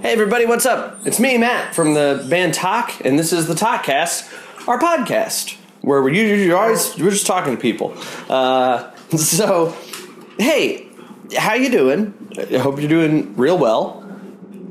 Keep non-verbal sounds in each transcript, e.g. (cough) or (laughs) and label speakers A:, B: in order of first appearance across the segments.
A: Hey, everybody, what's up? It's me, Matt, from the band Talk, and this is the Talkcast, our podcast, where we're usually you're always we're just talking to people. Uh, (laughs) so, hey, how you doing? I hope you're doing real well.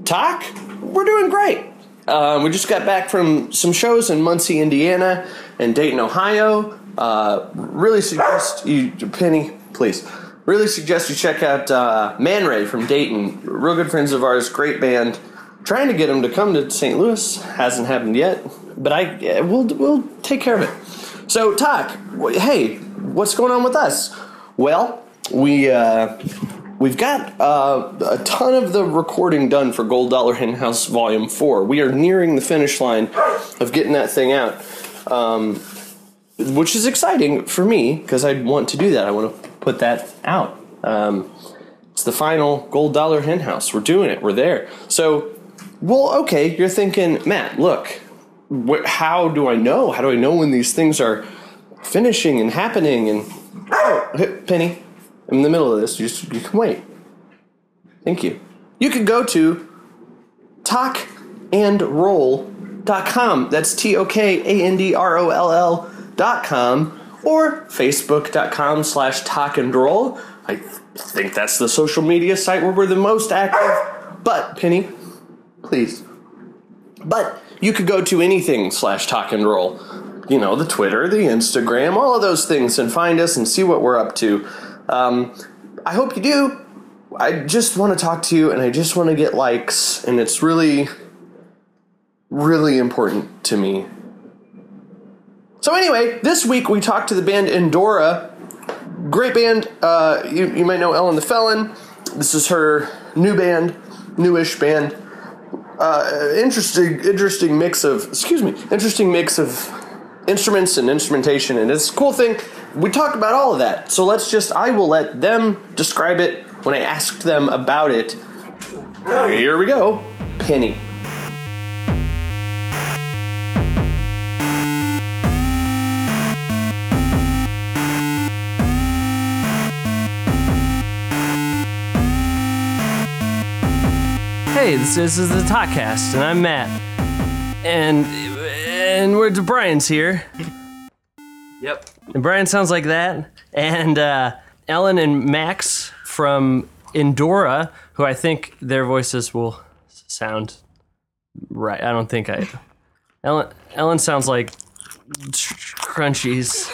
A: Talk, we're doing great. Uh, we just got back from some shows in Muncie, Indiana, and Dayton, Ohio. Uh, really suggest you, Penny, please. Really suggest you check out uh, Man Ray from Dayton. Real good friends of ours, great band. Trying to get them to come to St. Louis hasn't happened yet, but I yeah, we'll we'll take care of it. So, Talk, wh- hey, what's going on with us? Well, we. Uh, We've got uh, a ton of the recording done for Gold Dollar Hen House Volume 4. We are nearing the finish line of getting that thing out, um, which is exciting for me because I want to do that. I want to put that out. Um, it's the final Gold Dollar Hen House. We're doing it, we're there. So, well, okay, you're thinking, Matt, look, wh- how do I know? How do I know when these things are finishing and happening? And Oh, Penny, I'm in the middle of this. You, just, you can wait. Thank you. You can go to talkandroll.com. That's T O K A N D R O L L.com or facebook.com slash talk and roll. I think that's the social media site where we're the most active. But, Penny, please. But you could go to anything slash talk and roll. You know, the Twitter, the Instagram, all of those things, and find us and see what we're up to. Um, I hope you do. I just want to talk to you and I just want to get likes, and it's really, really important to me. So, anyway, this week we talked to the band Endora. Great band. Uh, you, you might know Ellen the Felon. This is her new band, newish band Uh, interesting interesting mix of excuse me interesting mix of instruments and instrumentation and it's a cool thing we talk about all of that so let's just i will let them describe it when i asked them about it here we go penny Hey, this, this is the Talkcast, and I'm Matt, and and we're Brian's here.
B: Yep.
A: And Brian sounds like that. And uh, Ellen and Max from Endora, who I think their voices will s- sound right. I don't think I. Ellen, Ellen sounds like crunchies,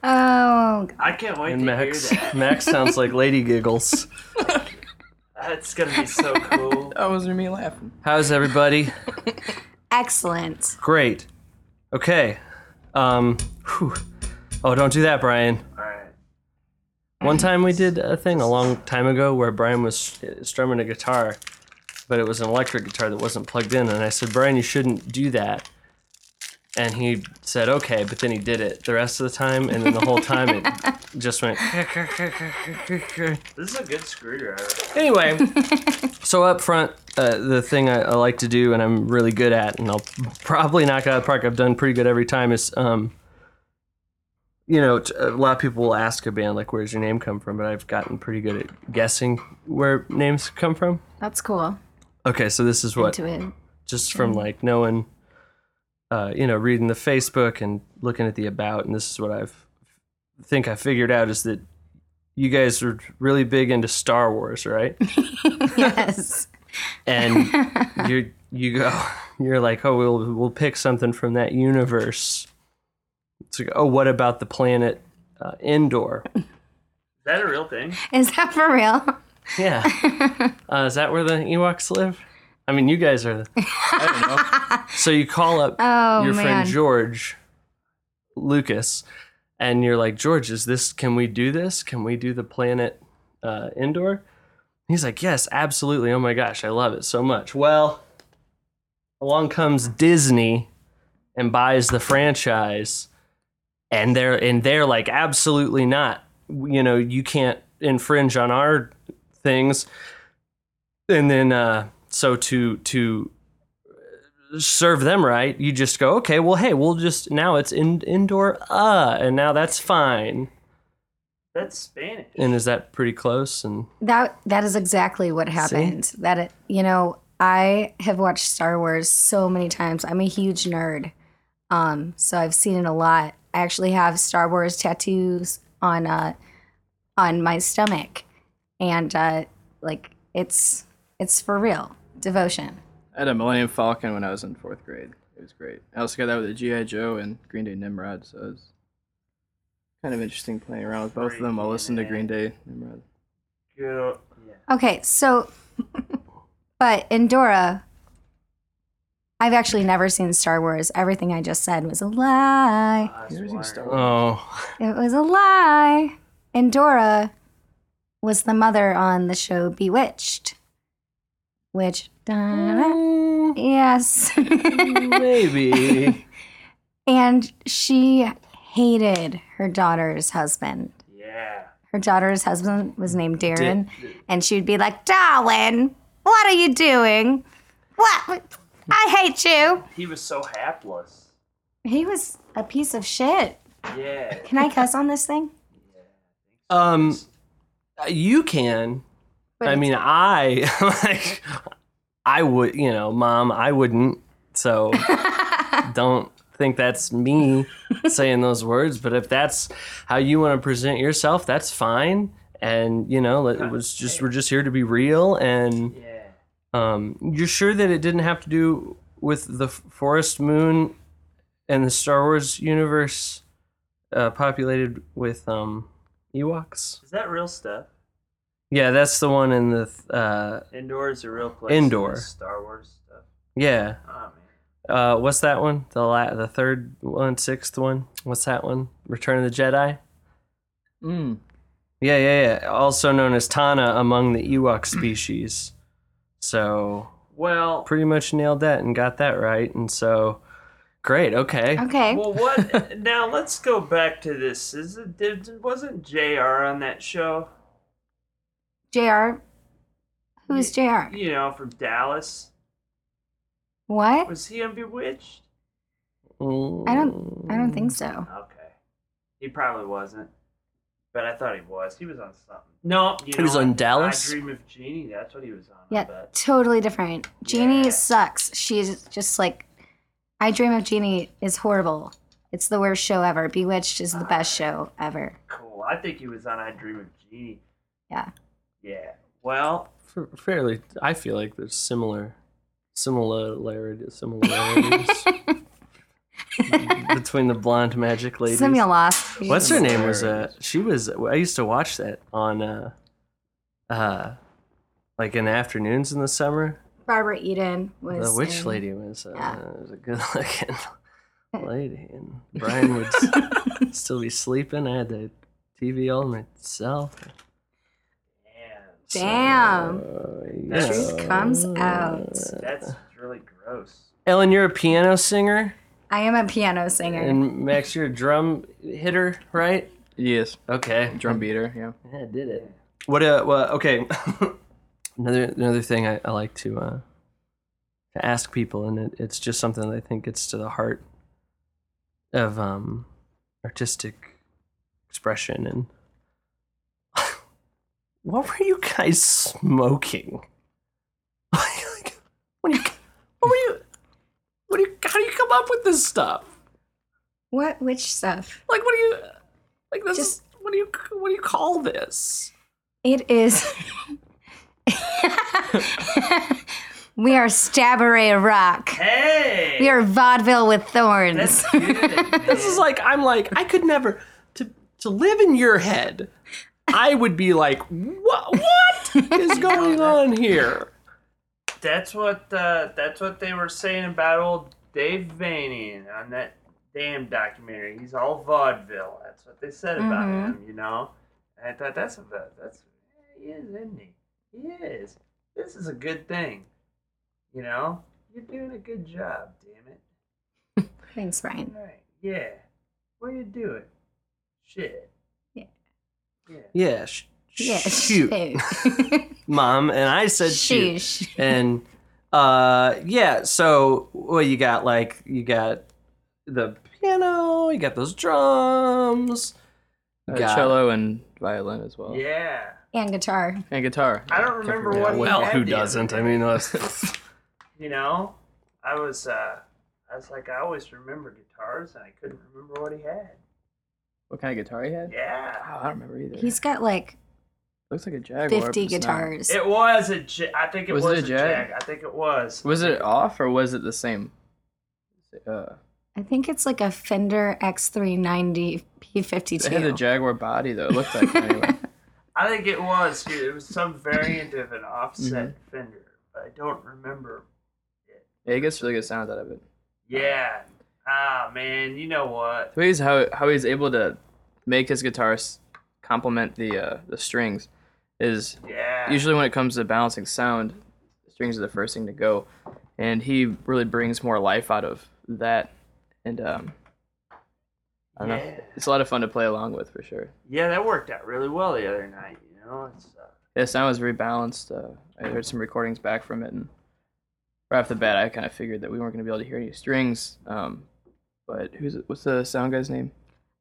C: Oh,
B: I can't wait
A: and
B: to
A: Max
B: hear
A: (laughs)
B: that.
A: Max sounds like lady giggles.
B: (laughs) That's gonna be so cool.
D: That was me laughing.
A: How's everybody?
C: excellent.
A: Great. Okay. Um. whew. Oh, don't do that, Brian.
B: Alright.
A: One time we did a thing a long time ago where Brian was uh, strumming a guitar, but it was an electric guitar that wasn't plugged in. And I said, Brian, you shouldn't do that. And he said, okay, but then he did it the rest of the time. And then the whole time
B: (laughs)
A: it just went. (laughs)
B: This is a good screwdriver.
A: Anyway, so up front, uh, the thing I, I like to do and I'm really good at, and I'll probably knock out of the park, I've done pretty good every time, is, um, you know, t- a lot of people will ask a band, like, where's your name come from? But I've gotten pretty good at guessing where names come from.
C: That's cool.
A: Okay, so this is what,
C: Into it.
A: just from like knowing, uh, you know, reading the Facebook and looking at the about, and this is what I've think I figured out is that you guys are really big into Star Wars, right?
C: Yes.
A: and you you go (laughs) you're like oh we'll we'll pick something from that universe it's like oh what about the planet uh, Endor
B: Is that a real thing?
C: Is that for real?
A: yeah
C: (laughs)
A: uh, is that where the Ewoks live I mean you guys are I
C: (laughs)
A: don't know so you call up
C: Oh,
A: your
C: man.
A: friend George Lucas and you're like George is this can we do this can we do the planet uh, Endor He's like, yes, absolutely. Oh my gosh, I love it so much. Well, along comes Disney and buys the franchise, and they're and they're like, absolutely not. You know, you can't infringe on our things. And then, uh, so to to serve them right, you just go, okay, well, hey, we'll just now it's in, indoor, uh, and now that's fine.
B: That's Spanish.
D: And is that pretty close? And
C: That that is exactly what happened. That it, you know, I have watched Star Wars so many times. I'm a huge nerd, um, so I've seen it a lot. I actually have Star Wars tattoos on uh, on my stomach, and uh, like it's it's for real devotion.
E: I had a Millennium Falcon when I was in fourth grade. It was great. I also got that with a GI Joe and Green Day Nimrod, so it was kind of interesting playing around with both of them. I listened to Green Day Nimrod.
B: Good ol- yeah.
C: Okay, so, but Endora, I've actually never seen Star Wars. Everything I just said was a lie.
B: Ah,
E: You're using
B: Swan.
E: Star Wars.
D: oh,
C: It was a lie. And Dora was the mother on the show Bewitched, which, yes.
D: maybe.
C: (laughs) and she hated her daughter's husband.
B: Yeah.
C: Her daughter's husband was named Darren, and she would be like, Darwin, what are you doing? What? I hate you.
B: He was so hapless.
C: He was a piece of shit.
B: Yeah.
C: Can I cuss on this
B: (laughs)
C: thing?
D: um, you can.
C: But
D: I
C: it's-
D: mean, I (laughs) like, I would, you know, mom, I wouldn't.
C: (laughs)
D: So don't think that's me saying those words. But if that's how you want to present yourself, that's fine. And you know, it was just we're just here to be real. And
B: Yeah.
D: um, you're sure that it didn't have to do with the f- forest moon and the Star Wars universe uh, populated with um, Ewoks.
B: Is that real stuff?
D: Yeah, that's the one in the th- uh,
B: Indoor is a real place.
D: Indoor.
B: It's Star Wars stuff.
D: yeah.
B: Oh man.
D: Uh, what's that one? The la- the third one, sixth one. What's that one? Return of the Jedi.
E: Mm.
D: Yeah, yeah, yeah. Also known as Tana among the
C: (clears throat)
D: Ewok species. So
B: Well.
D: pretty much nailed that and got that right. And so great. Okay.
C: okay.
B: Well, what? (laughs) now let's go back to this. Is it? Did, wasn't Jr. on that show?
C: JR. Who's JR?
B: You know, from Dallas.
C: What?
B: Was he on Bewitched?
D: Mm,
C: I don't I don't think so.
B: Okay. He probably wasn't. But I thought he was. He was on something. No, you
D: He was
B: know
D: on
B: what?
D: Dallas?
B: I Dream of Jeannie. That's what he was on. I
C: Yeah,
B: bet.
C: totally different. Jeannie
B: Yeah.
C: sucks. She's just like I Dream of Jeannie is horrible. It's the worst show ever. Bewitched is the
D: Ah.
C: best show ever.
B: Cool. I think he was on I Dream of Jeannie.
C: Yeah.
B: Yeah. Well,
D: F- fairly. I feel like there's similar similarity
C: (laughs)
D: similarities between the blonde magic ladies.
C: Samuel lost.
D: What's her name was uh she was I used to watch that on uh uh like in the afternoons in the summer.
C: Barbara Eden was
D: The witch
C: in-
D: lady was uh,
C: yeah.
D: was a good (laughs) looking lady and Brian would s- (laughs) still be sleeping. I had the TV all myself.
B: man,
C: Damn.
D: So,
B: That's
D: yeah.
C: Truth comes out.
D: (laughs)
B: that's really gross.
D: Ellen, you're a piano singer
C: I am a piano singer.
D: and Max you're a drum hitter, right?
E: Yes,
D: Okay.
E: drum beater. Yeah.
D: Yeah, I did it. What? Uh, well, okay. (laughs) another another thing I, I like to uh, to ask people, and it, it's just something that I think gets to the heart of um, artistic expression. And (laughs) what were you guys smoking? (laughs) Like, what, do you, what were you? What do you? How do you come up with this stuff?
C: what witch stuff?
D: Like, what do you? Like this?
C: Just-
D: what do you? What do you call this?
C: It is. (laughs) we are stabberay rock.
B: Hey.
C: We are vaudeville with thorns.
D: (laughs)
B: that's good,
D: This is like I'm like I could never to to live in your head. I would be like, what what is going on here?
B: That's what uh, that's what they were saying about old Dave Vanian on that damn documentary. He's all vaudeville. That's what they said about
D: Mm-hmm.
B: him, you know. And I thought that's a va- that's he is, isn't he? He is. This is a good thing, you know. You're doing a good job, damn it.
C: (laughs) Thanks, Brian.
B: All right, yeah. What are you doing? Shit.
D: Yeah, sh-
C: Yeah, (laughs)
D: shoot,
C: shoot. (laughs)
D: mom. And I said (laughs) shoot,
C: Sheesh.
D: and uh, yeah. So well, you got like you got the piano, you got those drums,
E: Uh,
D: God.
E: cello and violin as well.
B: Yeah.
C: and guitar.
E: And guitar.
B: I don't remember
E: Yeah,
B: what. he
D: Well,
B: had
D: who
B: the other
D: doesn't?
B: day,
D: I mean, that's-
B: you know, I was, uh, I was like, I always remember guitars, and I couldn't remember what he had.
E: What kind of guitar he had?
B: Yeah,
E: Wow, I don't remember either.
C: He's got like
E: Looks like a Jaguar. but
C: 50
E: it's not.
C: guitars.
B: it was a. J- I think it was,
E: Was it a
B: a
E: Jag?
B: jag. I think it was.
E: Was it off or was it the same? Uh,
C: I think it's like a Fender X390
E: it had a
C: P52.
E: Jaguar body though. It looked like it anyway.
B: I think it was. dude. It was some variant of an offset Fender, but I don't remember.
E: Yeah, he gets really good sounds out of it.
B: Yeah. Ah, man, you know what?
E: So he's how how he's able to make his guitars complement the uh, the strings is
B: Yeah.
E: usually when it comes to balancing sound, the strings are the first thing to go, and he really brings more life out of that. And um, I don't know,
B: Yeah.
E: it's a lot of fun to play along with for sure.
B: Yeah, that worked out really well the other night. You know, it's. Uh,
E: Yeah, the sound was very balanced. Uh, I heard some recordings back from it, and right off the bat, I kind of figured that we weren't going to be able to hear any strings. Um, but who's what's the sound guy's name?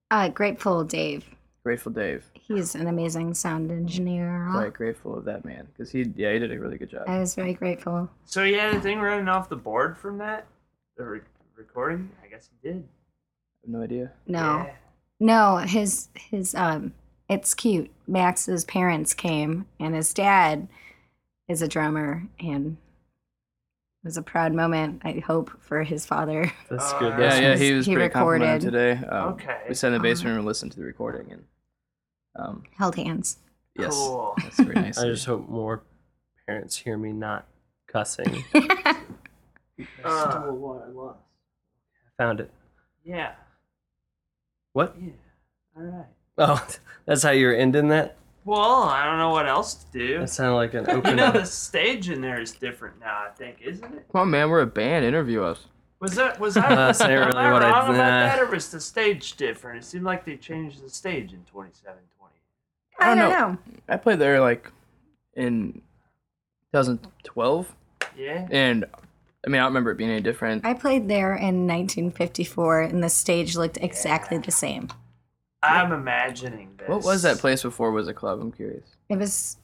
C: Uh, Grateful Dave.
E: Grateful Dave.
C: He's an amazing sound engineer.
E: Quite grateful of that man because he yeah he did a really good job.
C: I was very grateful.
B: so he had a thing running off the board from that, the re- recording. I guess he did.
E: I have no idea.
C: No.
B: Yeah.
C: No, his his um it's cute. Max's parents came and his dad is a drummer and it was a proud moment, I hope, for his father. (laughs)
D: that's good.
E: Yeah,
B: Uh,
D: That's-
E: yeah,
C: He
E: he was
C: he
E: pretty complimentary today. Um,
B: Okay.
E: We sat in the
C: Um,
E: basement and listened to the recording, and um,
C: Held hands. (laughs)
E: yes,
B: Cool.
E: that's very nice.
D: (laughs) I just hope more parents hear me not cussing.
B: Uh, what I lost.
D: Found it.
B: Yeah.
D: What?
B: Yeah. All right.
D: Oh, (laughs) that's how you're ending that.
B: Well, I don't know what else to do. (laughs)
D: That sounded like (laughs) an
B: You
D: open.
B: know, the stage in there is different now. I think, isn't it?
E: Come on, man, we're a band. Interview us.
B: Was that was
D: (laughs)
B: I,
D: That's not
B: am
D: really
B: I
D: what I-
B: wrong about
D: nah.
B: that, or was the stage different? It seemed like they changed the stage in 2720.
C: I
E: don't
C: don't
E: know.
C: know.
E: I played there like in 2012,
B: Yeah.
E: and I mean I don't remember it being any different.
C: I played there in 1954 and the stage looked exactly the same.
B: I'm imagining this.
E: What was that place before? Was a club? I'm curious.
C: It was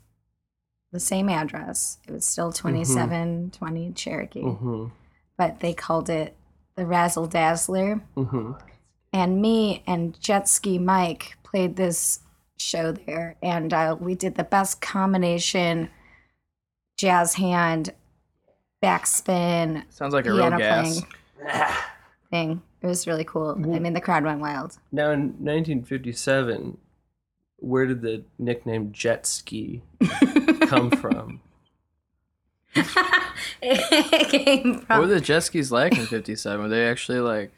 C: the same address. It was still 2720 Cherokee,
D: hmm
C: but they called it the Razzle Dazzler.
D: hmm
C: and me and Jet Ski Mike played this show there, and uh, we did the best combination jazz hand backspin
E: Sounds like a real
C: piano
E: gas.
C: playing thing. It was really cool. I mean, the crowd went wild.
D: Now in 1957, where did the nickname jet ski come from?
C: it (laughs) came
E: What were
C: from
E: the jet skis like in '57? Were they actually like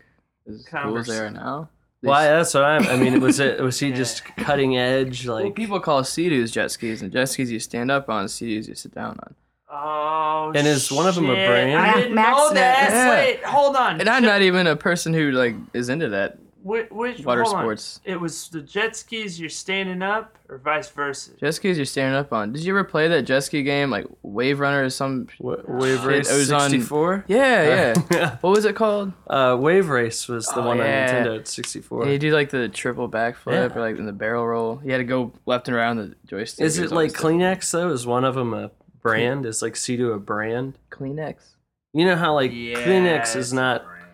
E: as cool as
B: Converse.
E: they are now? They
D: Why?
E: s-
D: That's what I'm. I mean, was it was he just cutting edge?
E: well,
D: Like,
E: people call sea-doos jet skis, and jet skis you stand up on, sea-doos you sit down on.
B: Oh.
D: And is one of 'em a
B: shit.
D: brand?
B: I didn't
C: Max
B: know
C: knows.
B: that.
E: Yeah.
B: Wait, hold on.
E: And I'm not even a person who like is into that.
B: Wh- which
E: Water
B: hold on.
E: sports.
B: It was the jet skis. You're standing up, or vice versa.
E: Jet skis you're standing up on. Did you ever play that jet ski game like Wave Runner or some?
D: wa- wave
E: Shit,
D: race
E: it was on-
D: 64.
E: Yeah, yeah. (laughs) what was it called?
D: (laughs) Uh, wave race was the
E: Oh,
D: one
E: yeah.
D: on Nintendo at 64.
E: Yeah, you do like the triple backflip
D: Yeah.
E: or like in the barrel roll. You had to go left and around the joystick.
D: Is
E: or
D: it like
E: something.
D: Kleenex though? Is one of them a brand? Is like Sea to a brand?
E: Kleenex?
D: You know how like
B: Yeah,
D: Kleenex
B: it's
D: is
B: a
D: not
B: brand.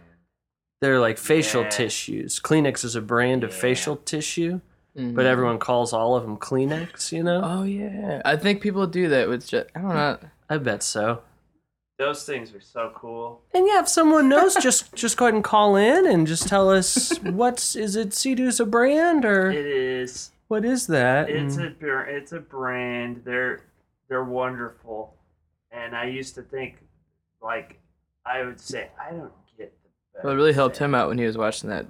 D: they're like facial
B: Yeah.
D: tissues. Kleenex is a brand of
B: Yeah.
D: facial tissue,
E: Mhm.
D: but everyone calls all of them Kleenex. You know?
E: Oh yeah, I think people do that with jet. I don't know.
D: I bet so.
B: Those things are so cool.
D: And yeah, if someone knows, just just go ahead and call in and just tell us what's is it Sea-Doo's a brand or
B: It is.
D: what is that?
B: It's a br- it's a brand. They're they're wonderful, and I used to think like I would say I don't get the.
E: Well, it really helped him out when he was watching that.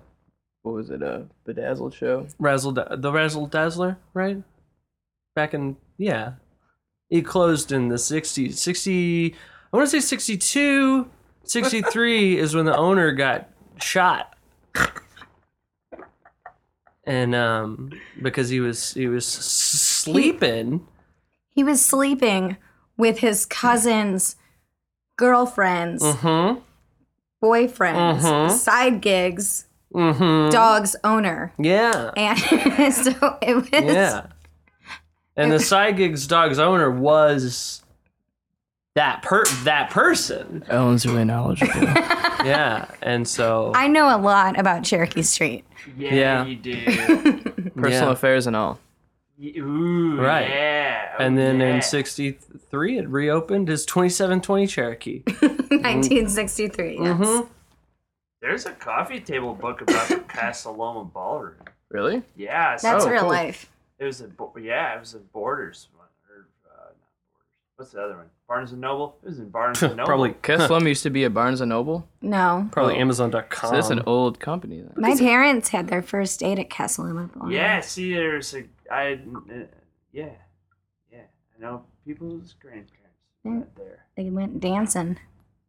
E: What was it? A bedazzled show.
D: Razzle da- the Razzle Dazzler, right? Back in yeah, it closed in the 60s. 60 I want to say 62, 63 is when the owner got shot. And um because he was he was sleeping.
C: he was sleeping with his cousin's girlfriends,
D: Mhm.
C: boyfriends,
D: Mhm.
C: side gigs,
D: Mm-hmm.
C: dog's owner.
D: Yeah.
C: And (laughs) so it was
D: Yeah. (laughs) And the side gigs dog's owner was that per that person.
E: Ellen's really knowledgeable.
D: Yeah. And so
C: I know a lot about Cherokee Street. (laughs)
B: Yeah,
D: Yeah. (laughs)
B: you do.
E: (laughs) Personal
D: Yeah.
E: affairs and all.
B: Y- Ooh,
D: Right.
B: Yeah.
D: and then
B: yeah.
D: in 63 it reopened as 2720 Cherokee.
C: 1963. Yes.
B: There's a coffee table book about the Casaloma Ballroom.
E: Really?
B: Yeah. So
C: That's
E: Oh,
C: real
E: cool.
C: life.
B: It was a bo- yeah, it was a Borders one or uh, not Borders. What's the other one? Barnes and Noble. It was in Barnes and Noble.
D: (laughs) Probably
E: Kesslum used to be a Barnes and Noble.
C: No.
D: probably
E: Oh.
D: amazon.com.
E: So that's an old company. Then.
C: My parents had their first date at Castle Emma Blonde.
B: Yeah. See, there's a I. Uh, yeah, yeah. I know people's grandparents
D: Hmm.
B: went there.
C: They went dancing.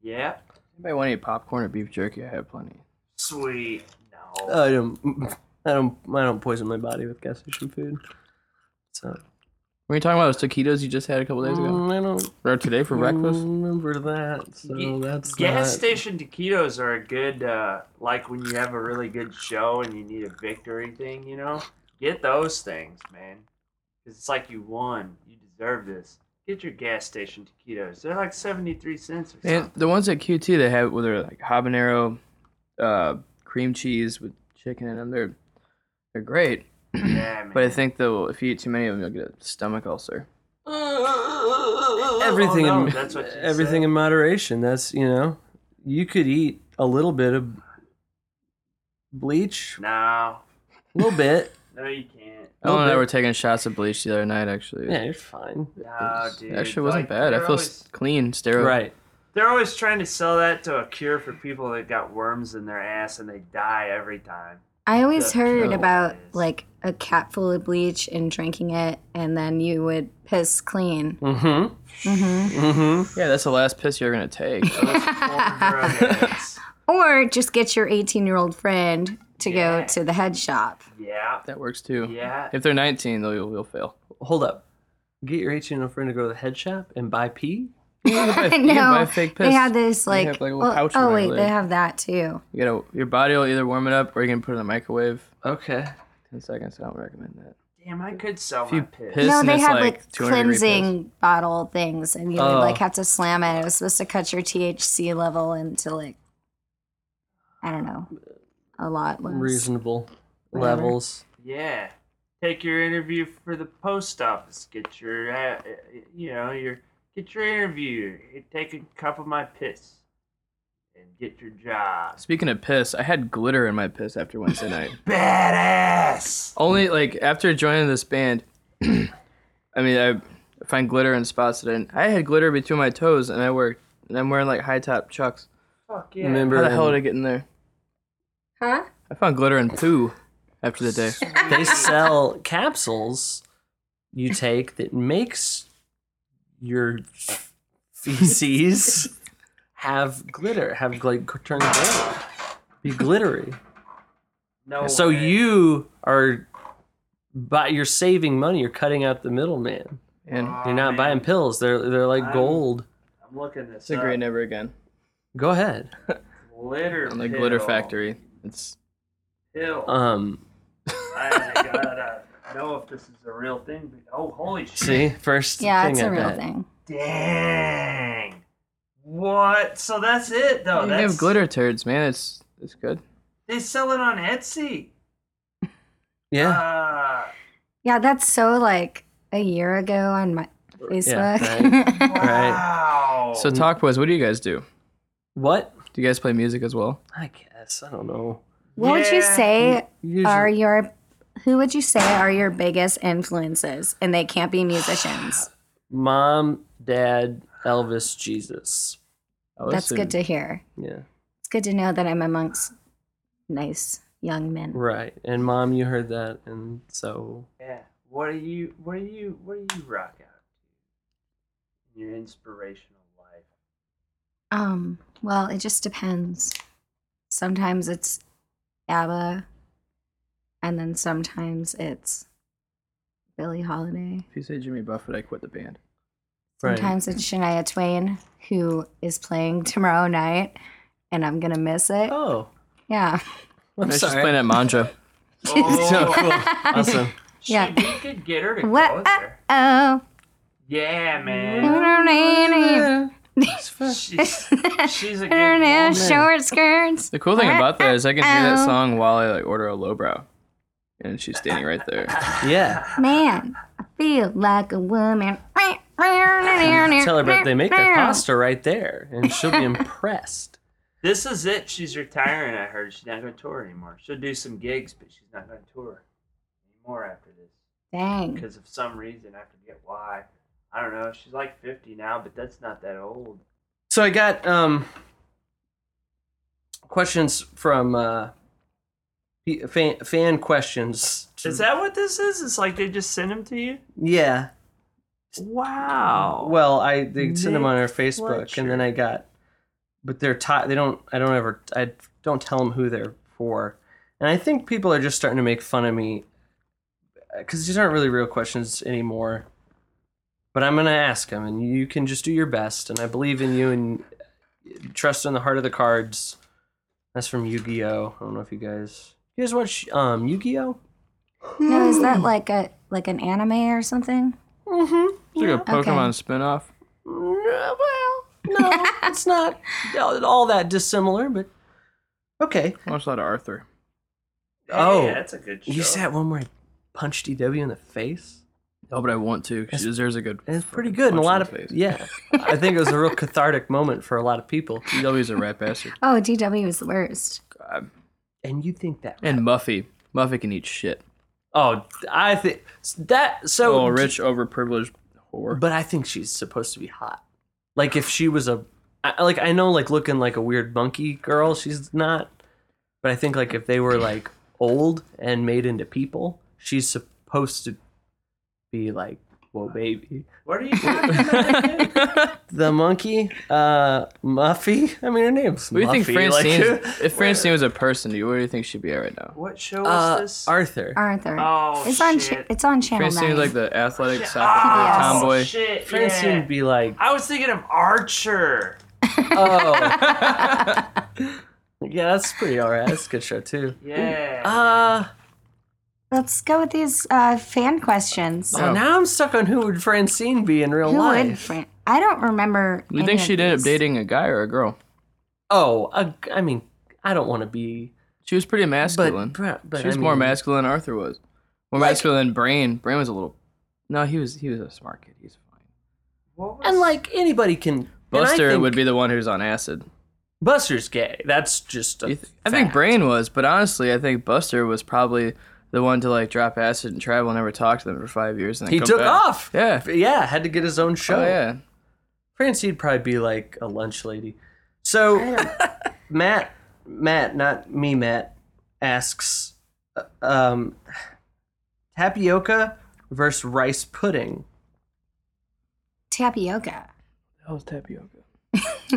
B: Yeah.
E: Anybody want any popcorn or beef jerky? I have plenty.
B: Sweet. No.
D: I don't I don't I don't poison my body with gas station food. So
E: Were you talking about those taquitos you just had a couple days ago?
D: mm, I don't
E: Or today for Hmm. breakfast?
D: remember that. So that's
B: gas
D: not-
B: station taquitos are a good uh, like when you have a really good show and you need a victory thing you know get those things man 'Cause it's like you won you deserve this get your gas station taquitos they're like 73 cents or something
E: And the ones at QT they have, where they're like habanero, uh, cream cheese with chicken in them, they're they're great.
B: yeah man
E: But I think though, if you eat too many of them, you'll get a stomach ulcer.
D: everything
B: Oh, no,
D: in,
B: that's what you
D: everything
B: said.
D: in moderation that's you know you could eat a little bit of bleach
B: no
D: a little bit
B: no you can't
E: Ellen and I
D: bit.
E: were taking shots of bleach the other night, actually.
D: (laughs) yeah you're fine
B: no dude
E: It actually wasn't
B: Like,
E: bad. I
B: they're
E: feel
B: always,
E: s clean, sterile.
D: right
B: they're always trying to sell that to a cure for people that got worms in their ass and they die every time
C: I always
B: The
C: heard
B: pill
C: about
B: is-
C: like a cap full of bleach and drinking it, and then you would piss clean.
D: mm-hmm
E: Yeah, that's the last piss you're gonna take. (laughs)
B: Those foreign drug addicts.
C: Or just get your 18 year old friend to
B: Yeah.
C: go to the head shop.
B: yeah
E: that works too.
B: yeah
E: If they're 19, though, you'll, you'll fail.
D: hold up get your 18 year old friend to go to the head shop and buy pee
E: I
C: (laughs) I
E: (laughs) You can buy
C: know.
E: fake piss.
C: They had this
E: have,
C: like,
E: like, a little
C: well,
E: pouch
C: oh
E: around
C: wait,
E: it.
C: they have that too.
E: You gotta, your body will either warm it up or you can put it in the microwave.
D: okay
E: 10 seconds. I don't recommend that.
B: Damn, I could sell
E: you
B: my piss.
E: piss-
C: No,
E: and
C: they
E: it's,
C: had
E: like,
C: like,
E: 200 degree
C: cleansing bottle things, and you would
D: Oh.
C: like have to slam it. It was supposed to cut your THC level into like, I don't know, a lot less.
D: reasonable
C: Whatever.
D: levels
B: yeah. Take your interview for the post office. Get your, uh, you know, your get your interview. Take a cup of my piss, and get your job.
E: Speaking of piss, I had glitter in my piss after Wednesday night.
C: (laughs)
B: Badass.
E: Only like after joining this band, (clears throat) I mean, I find glitter in spots that I, didn't- I had glitter between my toes, and I worked, and I'm wearing like high top chucks.
B: Fuck yeah.
D: remember
E: How the hell
D: when
E: did I get in there?
C: Huh?
E: I found glitter in poo after the day.
D: (laughs) they sell capsules you take that makes your (laughs) feces have glitter, have like turn glitter, be glittery.
B: No.
D: so
B: way.
D: you are, but you're saving money. You're cutting out the middleman.
E: And
B: Aw,
D: You're not
B: man,
D: buying pills. They're they're like
B: I'm-
D: gold.
B: I'm looking this
E: it's a
B: up.
E: great never again.
D: Go ahead.
B: Glitter.
E: On the glitter
B: pill.
E: factory. It's
B: Pill.
D: Um,
B: I gotta (laughs) know if this is a real thing. But, oh, holy shit.
D: see, first
C: Yeah,
D: thing
C: it's
D: I
C: a real
D: bet.
C: thing.
B: Dang. What? So that's it
D: Oh,
B: though.
E: they
B: that's
E: have glitter turds, man. It's it's good.
B: They sell it on Etsy.
D: Yeah,
B: Uh,
C: Yeah, that's so like a year ago on my Facebook. Oh,
D: right.
B: wow.
D: Oh.
E: So talk boys, what do you guys do?
D: What?
E: Do you guys play music as well?
D: I guess I don't know.
C: (laughs) what would you
B: Yeah.
C: say
D: Usually,
C: are your who would you say are your biggest influences? And they can't be
D: (sighs)
C: musicians.
D: mom, dad, Elvis, Jesus.
E: I would
C: That's
E: assume-
C: good to hear.
D: Oh, Yeah,
C: It's good to know that I'm amongst nice young men.
D: right. And mom, you heard that, and so
B: yeah. What are you? What are you? What do you rock out to? Your inspirational life.
C: Um, well, it just depends. Sometimes it's ABBA, and then sometimes it's Billie Holiday.
E: If you say Jimmy Buffett, I quit the
D: (laughs)
E: band.
D: right.
C: Sometimes it's Shania Twain, who is playing tomorrow night, and I'm gonna miss it.
D: Oh,
C: Yeah,
E: I was just
D: sorry.
E: playing at Manjo.
D: So
B: Oh,
D: cool. (laughs) Awesome.
C: Yeah.
B: you could get her to go
C: What?
B: there.
C: Oh.
B: Yeah, man. She's, she's
C: (laughs)
B: a good woman.
C: Short skirts.
E: The cool thing about that is I can hear that song while I like order a lowbrow, and she's standing right
D: (laughs)
E: there.
D: Yeah.
C: Man, I feel like a woman. Tell
D: Tell her, but they make
C: (laughs)
D: their pasta right there, and she'll be impressed.
B: This is it. She's retiring. I heard she's not going to tour anymore. She'll do some gigs, but she's not going to tour anymore after this
C: Dang.
B: because of some reason. I forget why. I don't know. She's like 50 now, but that's not that old.
D: So I got um questions from uh pe- fan, fan questions.
B: Is that what this is? It's like they just send them to you.
D: Yeah.
B: Wow.
D: Well, I they sent them on our
B: Nick
D: Facebook, and then I got, but they're ti They don't. I don't ever. I don't tell them who they're for, and I think people are just starting to make fun of me because these aren't really real questions anymore. But I'm gonna ask them, and you can just do your best. And I believe in you, and trust in the heart of the cards. That's from Yu-Gi-Oh. I don't know if you guys. You guys watch um Yu-Gi-Oh?
C: No, is that like a like an anime or something?
E: It's like a
C: okay.
E: Pokemon spinoff.
D: No, well, no, it's not all that dissimilar, but okay.
E: I watched a lot of Arthur.
D: oh,
B: yeah, that's a good show.
D: You see that one where I punched DW in the face?
E: Oh, but I want to. 'cause She deserves a good.
D: And it's pretty
E: fucking
D: good, and a
E: punch
D: lot
E: in
D: of
E: the face.
D: (laughs) yeah. I think it was
E: (laughs)
D: a real cathartic moment for a lot of people.
E: DW's a rat bastard.
C: Oh, DW is the worst.
D: And you think that?
E: And Muffy. Muffy can eat shit.
D: Oh, I think that so.
E: Oh, rich, overprivileged whore.
D: but I think she's supposed to be hot. Like if she was a, I, like I know, like looking like a weird monkey girl, she's not. But I think like if they were like old and made into people, she's supposed to be like, whoa, baby.
B: What are you talking
D: (laughs)
B: about? again?
D: The monkey, uh, Muffy. I mean, her name's
E: what do you think
D: Muffy, like-
E: Francine?
D: (laughs)
E: if Francine was a person, you- where do you think she'd be at right now?
B: what show is
D: uh,
B: this?
D: Arthur.
C: Arthur.
B: Oh,
C: it's on
B: shit.
C: cha- it's on channel
E: Francine
C: nine.
E: was like the athletic soccer
B: Ah,
C: Yes.
E: tomboy.
B: Shit,
D: Francine
B: yeah.
D: would be
B: (laughs)
D: like,
B: I was thinking of Archer.
D: oh. (laughs) yeah, that's pretty alright. That's a good show too.
B: Yeah.
D: Uh,
C: Let's go with these uh, fan questions.
D: so Oh, now I'm stuck on who would Francine be in real
C: Who
D: life.
C: would? Fran- I don't remember.
E: Do you
C: any
E: think
C: of
E: she'd end up
C: these.
E: dating a guy or a girl?
D: Oh, I, I mean, I don't want to be,
E: She was pretty masculine.
D: but but, but
E: she was
D: I
E: more
D: mean,
E: masculine than Arthur was. More masculine than Brain. Brain was a little. No, he was he was a smart kid. He's fine.
B: What was-
D: And like anybody can.
E: Buster would be the one who's on acid.
D: Buster's gay. That's just. A
E: You th- I think
D: fact.
E: Brain was, but honestly, I think Buster was probably the one to like drop acid and travel and never talk to them for five years. And then
D: He
E: come
D: took
E: back.
D: off.
E: Yeah.
D: Yeah, had to get his own show.
E: Oh yeah.
D: Francine'd probably be like a lunch lady. (laughs) So, Matt, Matt, not me, Matt, asks, uh, um, tapioca versus rice pudding.
C: Tapioca.
E: That was tapioca.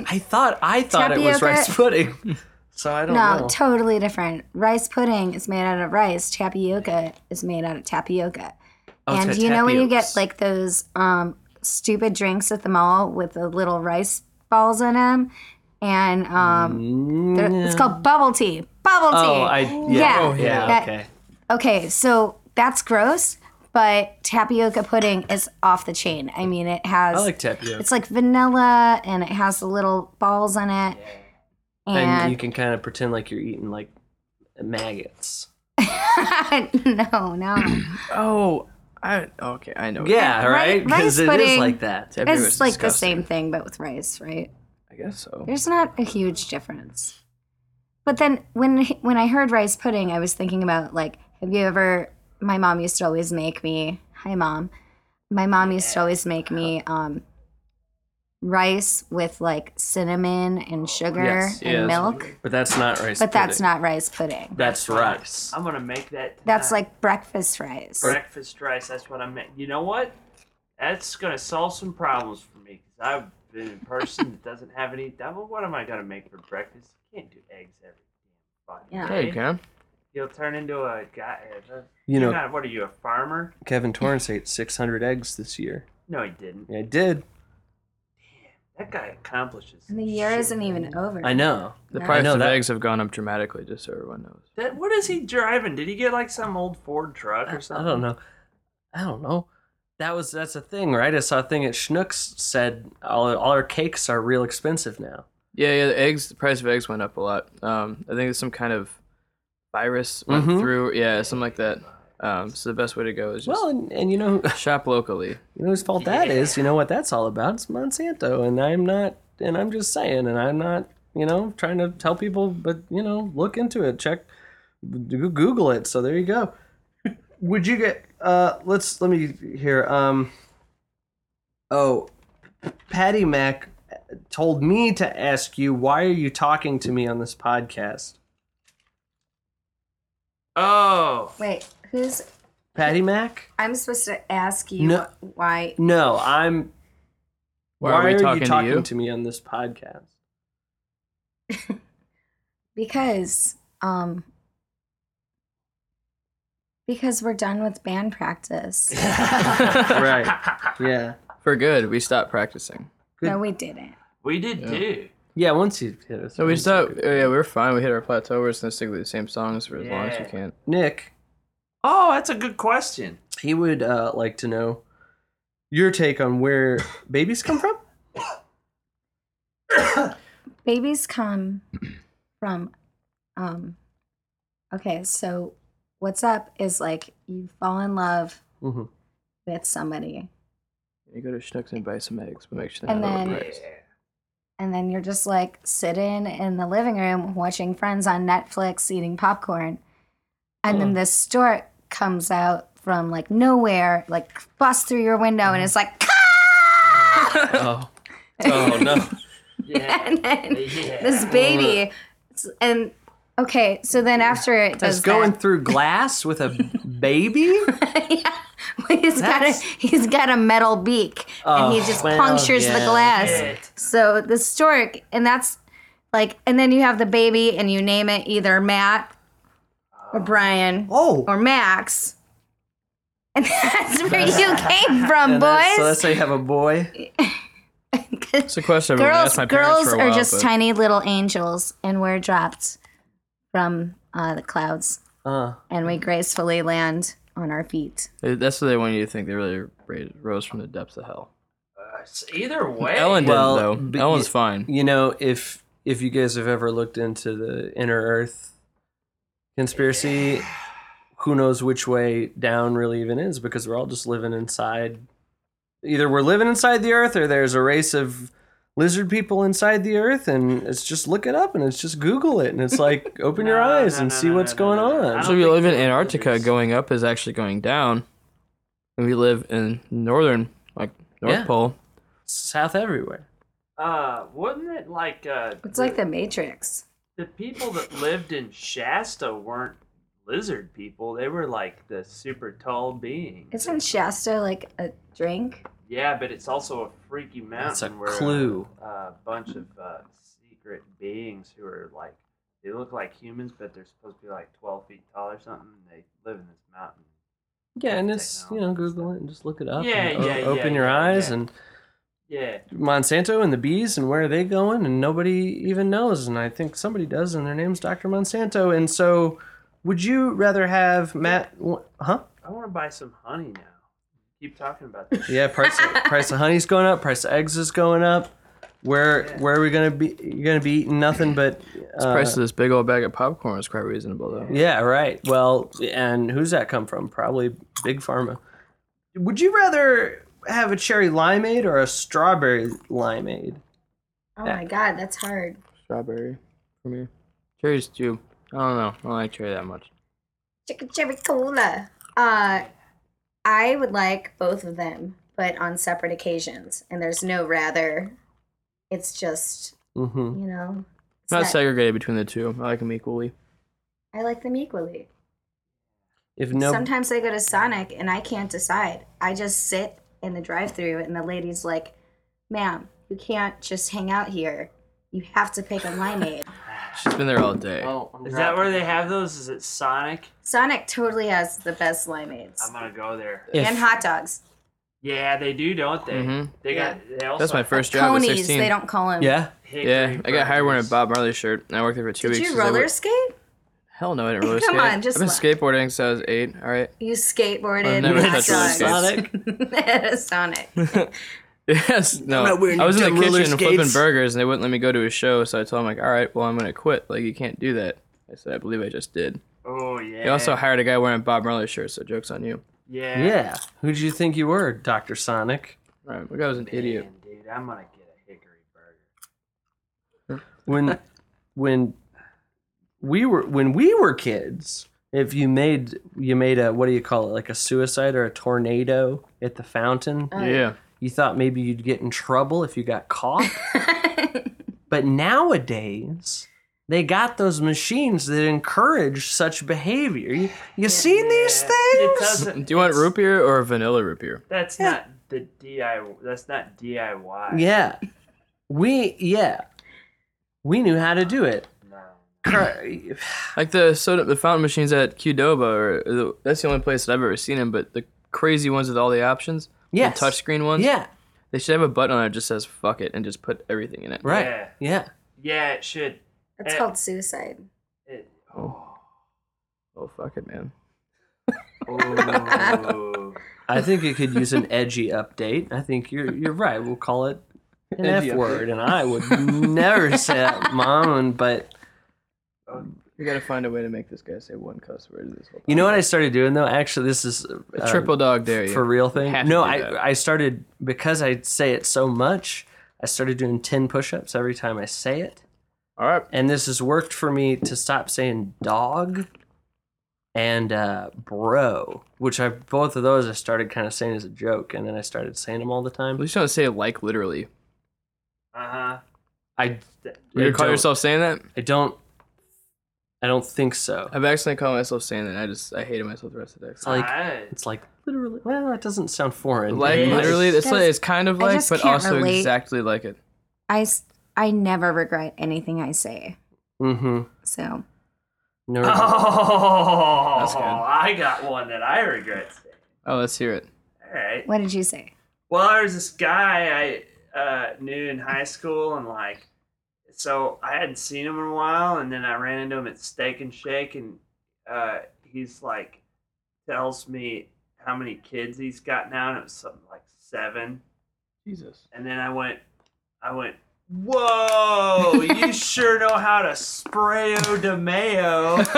D: I thought I thought it was
C: Tapioca-
D: rice pudding, (laughs) so I don't
C: No,
D: know.
C: totally different. Rice pudding is made out of rice. Tapioca is made out of tapioca.
D: Oh,
C: and
D: ta-
C: you know when you get
D: tapios.
C: like those um, stupid drinks at the mall with the little rice balls in them, and um, they're- it's called bubble tea. Bubble tea.
D: Mm. oh, I yeah,
C: Yeah,
D: oh, yeah,
C: that-
D: okay.
C: Okay, so that's gross, but tapioca pudding is off the chain. I mean, it has
D: I like tapioca.
C: it's like vanilla and it has the little balls in it.
D: and
C: And,
D: you can kind of pretend like you're eating like maggots.
C: (laughs) no,
D: (clears throat)
C: no.
E: Oh, I okay. I know.
D: Yeah,
C: Ri-
D: right.
C: (laughs) rice
D: Because it is
C: pudding-
D: like that.
E: Tapioca
C: It's
E: was
C: like the
E: disgusting.
C: same thing but with rice, right?
E: I guess so.
C: There's not a huge difference. But then when when I heard rice pudding, I was thinking about like, have you ever? My mom used to always make me. Hi, mom. My mom used to always make me um, rice with like cinnamon and sugar
D: yes,
C: and
E: yes.
C: milk,
D: But that's not rice.
C: but that's
D: pudding.
C: not rice pudding.
D: That's rice.
B: I'm gonna make that.
C: That's
B: tonight.
C: like breakfast rice.
B: breakfast rice. That's what I meant. You know what? That's gonna solve some problems for me because I've been a person that doesn't have any. Devil, what am I gonna make for breakfast? You can't do eggs every fucking
C: Yeah.
E: Yeah,
B: day.
E: you can.
B: You'll turn into a guy. uh,
D: You know-
B: not, what are you, a farmer?
D: Kevin Torrance ate 600 eggs this year.
B: No, he didn't.
D: Yeah, I did.
B: That guy accomplishes.
C: And the year
B: shit,
C: isn't
B: man.
C: even over.
D: I know.
E: The
C: No.
D: I
E: price
D: know
E: of
D: that-
E: eggs have gone up dramatically, just so everyone knows.
B: That what is he driving? Did he get like some old Ford truck or
D: I
B: something?
D: don't know. I don't know. That was that's a thing, right? I saw a thing at Schnucks said all all our cakes are real expensive now.
E: Yeah, yeah. The eggs, the price of eggs went up a lot. Um, I think it's some kind of virus went
D: Mhm.
E: through. Yeah, something like that. Um, so the best way to go is just
D: Well, and, and you know
E: shop locally.
D: you know whose fault that is. You know what that's all about? It's Monsanto, and I'm not. And I'm just saying, and I'm not. You know, trying to tell people, but you know, look into it, check, Goo- Google it. So there you go. (laughs) Would you get? Uh, let's let me hear. Um. Oh, Patty Mac told me to ask you why are you talking to me on this podcast?
B: Oh,
C: Wait, who's?
D: Patty Mac?
C: I'm supposed to ask you
D: No.
C: wh- why?
D: No, I'm.
E: Why are we talking to
D: you talking
E: you?
D: to me on this podcast?
C: Because um. Because we're done with band practice.
E: (laughs)
D: right. Yeah.
E: For good, we stopped practicing.
C: no, we didn't.
B: we did too.
D: Yeah, once you hit us.
E: So we
D: once
E: stopped. oh,
D: you-
E: Yeah, we we're fine. We hit our plateau. We're just gonna stick with the same songs for as long as we
B: Yeah.
E: can.
D: Nick,
B: Oh, that's a good question.
D: he would uh, like to know your take
E: (laughs)
D: on where babies come from.
C: Babies come from um. Okay, so what's up is like you fall in love
D: hmm
C: with somebody,
E: You go to Schnucks and buy some eggs, but make sure they're
C: and
E: not
C: then
E: overpriced.
C: and then you're just like sitting in the living room watching Friends on Netflix, eating popcorn, and then this stork comes out from like nowhere, like busts through your window, and it's like,
D: Oh. oh (laughs) no.
C: (laughs)
B: Yeah.
C: and then
B: yeah.
C: this baby, and okay, so then after it
D: That's
C: does
D: going
C: that,
D: through glass with a baby.
C: (laughs) he's got a
D: That's-
C: he's got a metal beak, and he
D: Oh,
C: just
D: well,
C: punctures the
D: yeah.
C: glass.
B: Shit.
C: So the stork, and that's like, and then you have the baby, and you name it either Matt or Brian
D: Oh.
C: or Max. (laughs) And that's where you came from,
D: And that's- so
C: boys.
D: that's how you have a boy.
C: (laughs)
E: It's a question (laughs) I've been
C: girls,
E: asked my parents
C: girls
E: for a while.
C: are just
E: but
C: tiny little angels, and we're dropped from uh, the clouds,
D: Uh,
C: and we gracefully land on our feet.
E: they- That's what they want you to think. They really ra- rose from the depths of hell.
B: Uh, so
D: (laughs)
B: either way,
E: Ellen didn't
D: Well, but
E: though. Ellen's
D: you-
E: fine.
D: you know, if if you guys have ever looked into the inner earth conspiracy, who knows which way down really even is because we're all just living inside either we're living inside the earth or there's a race of lizard people inside the earth and it's just look it up and it's just google it and it's
B: (laughs)
D: like open your
B: No,
D: eyes
B: no,
D: and
B: no,
D: see
B: no,
D: what's
B: no,
D: going
B: no, no.
D: on.
B: I
E: So
B: don't
E: we
B: think
E: live in
B: they're
E: Antarctica.
B: lizards.
E: Going up is actually going down, and we live in northern, like North
D: Yeah.
E: Pole.
D: south everywhere.
B: uh, wouldn't it like uh,
C: It's like the Matrix.
B: the people that lived in Shasta weren't lizard people. They were like the super tall beings.
C: Isn't Shasta like a drink?
B: Yeah, but it's also a freaky mountain.
D: That's a
B: where
D: clue.
B: A, a bunch of uh, secret beings who are like they look like humans, but they're supposed to be like twelve feet tall or something. And they live in this mountain.
D: Yeah, and it's you know google it and just look it up.
B: Yeah,
D: and o-
B: yeah, yeah,
D: Open your
B: yeah,
D: eyes
B: yeah.
D: and
B: Yeah,
D: Monsanto and the bees and where are they going and nobody even knows and I think somebody does and their name's Dr. Monsanto and so would you rather have Matt wh- huh
B: I want to buy some honey now. Keep talking about this.
D: yeah price of, price of honey's going up price of eggs is going up where where are we gonna be you're gonna be eating nothing but
E: The
D: uh,
E: price of this big old bag of popcorn is quite reasonable though.
D: yeah right well and who's that come from probably big pharma would you rather have a cherry limeade or a strawberry limeade
C: Oh my god, that's hard.
E: Strawberry for me. Cherries too. I don't know. I don't like cherry that much.
C: Chicken cherry cola. Uh, I would like both of them, but on separate occasions. And there's no rather. It's just,
D: mm-hmm
C: you know. it's
E: I'm not
C: not-
E: segregated between the two. I like them equally.
C: I like them equally.
D: if no
C: Sometimes I go to Sonic and I can't decide. I just sit in the drive through and the lady's like, ma'am, you can't just hang out here. You have to pick a limeade.
E: She's been there all day.
A: Oh, I'm
B: Is that where they have those? Is it Sonic?
C: Sonic totally has the best limeades
B: I'm gonna go there.
D: if,
C: and hot dogs.
B: Yeah, they do, don't they?
E: Mhm.
B: They got. They also
E: That's my first job
C: Conies,
E: at 16.
C: they don't call them.
D: Yeah.
B: hickory
E: yeah, I got hired wearing a
B: burgers.
E: Bob Marley shirt, and I worked there for two
C: Did
E: weeks.
C: you
E: 'cause I
C: roller
E: worked-
C: skate?
E: Hell no, I didn't roller
C: (laughs) Come
E: skate.
C: on, just
E: I've been
C: laugh. skateboarding
E: skateboarding since I was eight. All right.
C: You skateboarded
E: I've never
C: at
E: touched roller
C: Sonic.
E: skates.
C: At (laughs) Sonic.
E: Yes. No.
D: not wearing
E: I was in
D: dumb
E: the
D: roller
E: kitchen flipping
D: skates.
E: burgers, and they wouldn't let me go to a show. So I told them like, "All right, well, I'm gonna quit. Like, you can't do that." I said, "I believe I just did."
B: Oh yeah.
E: They also hired a guy wearing a Bob Marley shirt, so jokes on you.
B: Yeah.
D: Yeah. Who do you think you were, Doctor Sonic?
E: All right, the guy was an idiot.
B: Man, dude, I'm gonna get a hickory burger. (laughs)
D: When, when we were when we were kids, if you made you made a what do you call it like a suicide or a tornado at the fountain,
E: yeah.
D: you thought maybe you'd get in trouble if you got caught. but nowadays, they got those machines that encourage such behavior. You, you seen these
B: Yeah. It
D: things?
B: doesn't.
E: Do you want
B: it's-
E: root beer or vanilla root beer?
B: That's not the DIY. That's not DIY.
D: Yeah. We yeah. We knew how to do it.
B: No.
D: Cur-
E: Like the soda, the fountain machines at Qdoba, or the, that's the only place that I've ever seen them. But the crazy ones with all the options, yeah,
D: Yes.
E: the touchscreen ones,
D: Yeah.
E: they should have a button on it that just says "fuck it" and just put everything in it.
D: Right.
B: Yeah.
D: yeah.
B: Yeah, it should.
C: That's
B: Eh.
C: called suicide.
D: (laughs)
B: It,
E: Oh, oh, fuck it, man.
B: oh.
D: I think it could use an edgy update. I think you're you're right. We'll call it an
E: Edgy
D: F word, and I would never say that, mom. But
E: We gotta find a way to make this guy say one cuss word this whole.
D: you know what I started doing though? Actually, this is uh,
E: A triple dog dare you.
D: for real thing.
E: have to
D: No,
E: do that.
D: I I started because I say it so much. I started doing ten push-ups every time I say it.
E: All right.
D: and this has worked for me to stop saying dog and uh, bro, which I both of those I started kind of saying as a joke, and then I started saying them all the
E: At
D: time.
E: least you don't say like literally.
B: Uh
D: I
B: huh.
E: You
D: I
E: ever call
D: don't-
E: yourself saying that?
D: I don't I don't think so.
E: I've accidentally called myself saying that. I just I hated myself the rest of the day.
D: It's like
B: I,
D: it's like literally. Well, that doesn't sound foreign.
E: Like
B: Yeah.
E: literally, it's
C: Guys,
E: like it's kind of
C: I
E: like,
C: just
E: but
C: can't
E: also
C: relate.
E: exactly like it.
C: I, s- I never regret anything I say.
D: Mm-hmm.
C: So
E: (laughs)
D: No,
B: (laughs) oh,
E: That's good.
B: I got one that I regret. saying.
E: Oh, let's hear it. (laughs)
B: All right.
C: what did you say?
B: Well, there was this guy I uh, knew in high school, and like, so I hadn't seen him in a while, and then I ran into him at Steak and Shake, and uh, he's like, tells me how many kids he's got now, and it was something like seven.
E: Jesus.
B: And then I went, I went, whoa, you sure know how to sprayo de mayo. (laughs)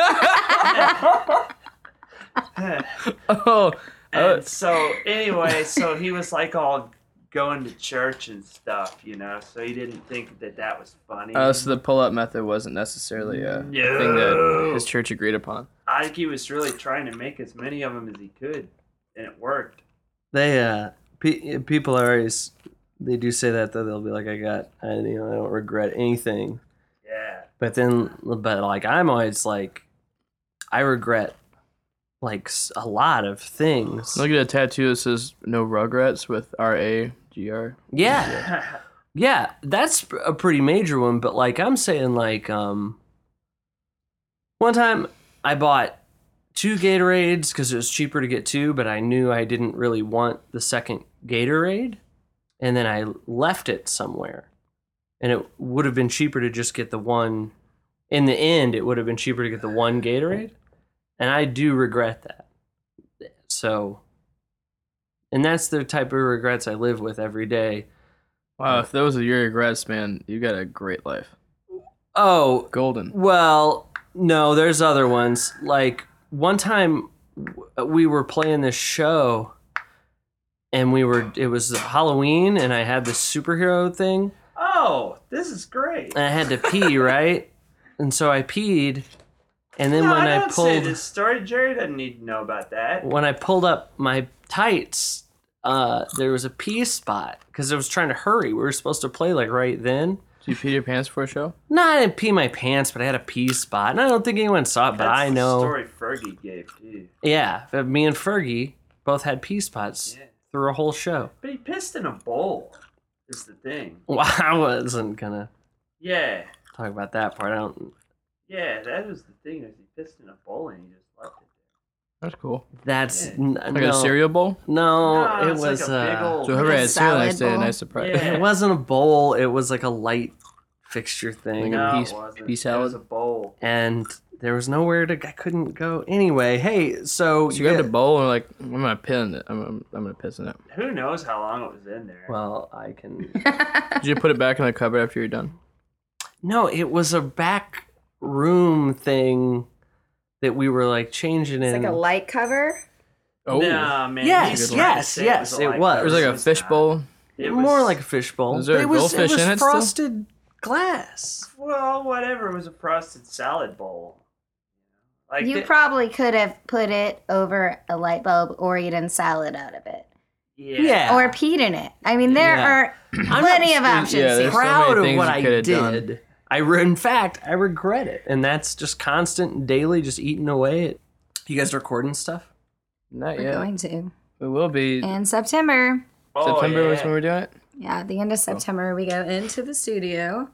E: Oh,
B: And so anyway, so he was like all going to church and stuff, you know. So he didn't think that that was funny.
D: Oh,
E: uh, so the pull-up method wasn't necessarily uh, a thing that
B: No.
E: his church agreed upon.
B: I think he was really trying to make as many of them as he could, and it worked.
D: they uh, pe- people are always they do say that though. They'll be like, I got, I, you know, I don't regret anything.
B: Yeah.
D: But then, but like I'm always like, I regret like s- a lot of things.
E: Look at a tattoo that says "No Rugrats" with R A G R.
D: yeah, yeah, that's p- a pretty major one. But like I'm saying, like um, one time I bought two Gatorades because it was cheaper to get two, but I knew I didn't really want the second Gatorade, and then I left it somewhere, and it would have been cheaper to just get the one. In the end, it would have been cheaper to get the one Gatorade, and I do regret that. So, and that's the type of regrets I live with every day.
E: Wow, if those are your regrets, man, you got a great life.
D: Oh,
E: Golden.
D: well, no, there's other ones. Like one time w- we were playing this show and we were it was Halloween and I had this superhero thing
B: Oh, this is great.
D: and I had to
B: (laughs)
D: pee, right? And so I peed and then
B: No,
D: when
B: I
D: I,
B: don't say
D: pulled
B: this story. Jerry doesn't need to know about that.
D: when I pulled up my tights, uh there was a pee spot cuz I was trying to hurry. We were supposed to play like right then.
E: Did you pee your pants for a show?
D: No, I didn't pee my pants, but I had a pee spot, and I don't think anyone saw it. But
B: That's
D: I
B: the
D: know
B: story Fergie gave too.
D: Yeah, but me and Fergie both had pee spots
B: Yeah.
D: through a whole show. (laughs)
B: But he pissed in a bowl. Is the thing.
D: Well, I wasn't gonna
B: Yeah.
D: talk about that part. I don't.
B: Yeah, that was the thing. Is he pissed in a bowl and he just left it
E: That's cool.
D: That's n-
E: Like
D: no,
E: a cereal bowl.
D: no,
B: No,
D: Oh, it
B: it's
D: was
B: like a big
D: uh,
B: old.
E: So whoever
C: a
E: had cereal
C: salad
E: last day, a
C: bowl?
E: nice surprise.
B: Yeah.
D: it wasn't a bowl. It was like a light fixture
E: Like
D: thing,
E: a
B: no,
E: piece-
B: it wasn't.
E: piece
B: It was
E: salad?
B: a bowl.
D: and there was nowhere to. I couldn't go anyway. Hey, so,
E: So you
D: yeah,
E: grabbed a bowl and like, I'm gonna pin it. I'm, I'm, I'm gonna piss in it.
B: Who knows how long it was in there?
D: Well, I can. (laughs)
E: Did you put it back in the cupboard after you're done?
D: No, it was a back room thing that we were like changing
C: It's
D: in.
C: like a light cover.
E: Oh,
B: Nah, man.
D: Yes,
B: he's
D: yes,
B: trying to say
D: yes, it
B: light
D: was.
E: it
B: cover.
E: was like a
B: It's
E: fish
B: not.
E: bowl.
B: It was
D: more like a fishbowl.
E: Was there
D: but
E: a
D: it was,
E: goldfish
D: it was
E: in it still?
D: frosted (clears throat) glass.
B: well, whatever. It was a frosted salad bowl. Like
C: you
B: the-
C: probably could have put it over a light bulb or eaten salad out of it
B: yeah.
D: Yeah.
C: or peed in it. I mean, there
D: Yeah. (clears throat)
C: are
D: not
C: plenty of options.
E: yeah,
C: here.
E: there's so
D: proud
E: many
D: of
E: things
D: what
E: you
D: I did.
E: could've done.
D: I re- in fact I regret it, and that's just constant and daily, just eating away at. You guys recording stuff?
E: Not
C: We're
E: yet.
C: going to
E: We will be.
C: in September.
B: Oh,
E: September
B: yeah.
E: was when we're doing it.
C: Yeah, at the end of September we go into the studio.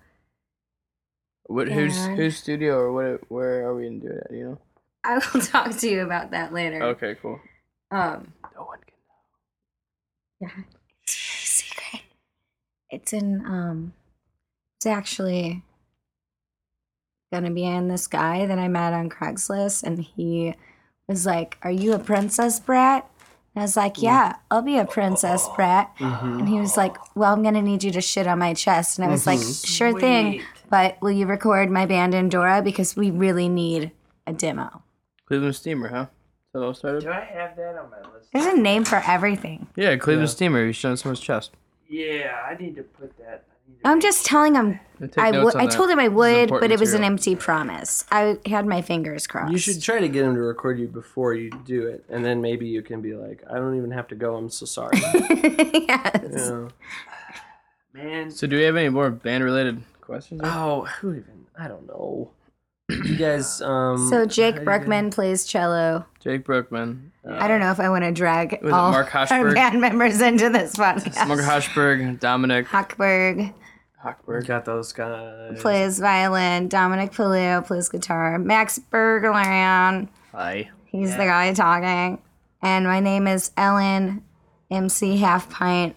E: What, who's
C: Yeah.
E: whose studio or what? Where are we gonna do it? At, you know.
C: I will (laughs) talk to you about that later.
E: Okay, cool.
C: Um,
E: No one can.
C: secret. It's in um it's actually gonna be in this guy that I met on Craigslist and he was like, Are you a princess brat? And I was
E: Mm.
C: like, Yeah, I'll be a princess
E: Oh.
C: brat.
E: Mm-hmm.
C: And he was like, Well, I'm gonna need you to shit on my chest. And I was like,
E: Mm-hmm.
C: Sure thing,
B: Sweet.
C: but will you record my band Endora? Because we really need a demo.
E: Cleveland Steamer, huh? That all started.
B: Do I have that on my list?
C: There's a name for everything.
E: Yeah, Cleveland Steamer. He's showing someone's chest.
B: Yeah, I need to put that. I need to
C: I'm just telling him
E: And take
C: I
E: notes
C: would-
E: on
C: I
E: that.
C: told him I
E: This is
C: would, but
E: important
C: it was an
E: material.
C: empty promise. I had my fingers crossed. (laughs)
D: You should try to get him to record you before you do it, and then maybe you can be like, "I don't even have to go. I'm so sorry."
C: yes.
D: Yeah.
B: man.
E: So, do we have any more band-related questions?
D: (laughs) Oh, who even? I don't know. You (clears throat) guys. Um,
C: So Jake
D: how
C: Bruckman plays cello.
E: Jake (laughs) Brookman, uh,
C: I don't know if I want to drag
E: was it
C: all
E: Mark
C: our
E: Hochberg?
C: band members into this podcast.
E: Margaret Hochberg, Dominic
C: Hochberg
D: You
E: Hochberg.
D: got those guys.
C: plays violin. Dominic Paleo plays guitar. Max Bergeron,
E: Hi.
C: he's the guy talking. And my name is Ellen MC Half Pint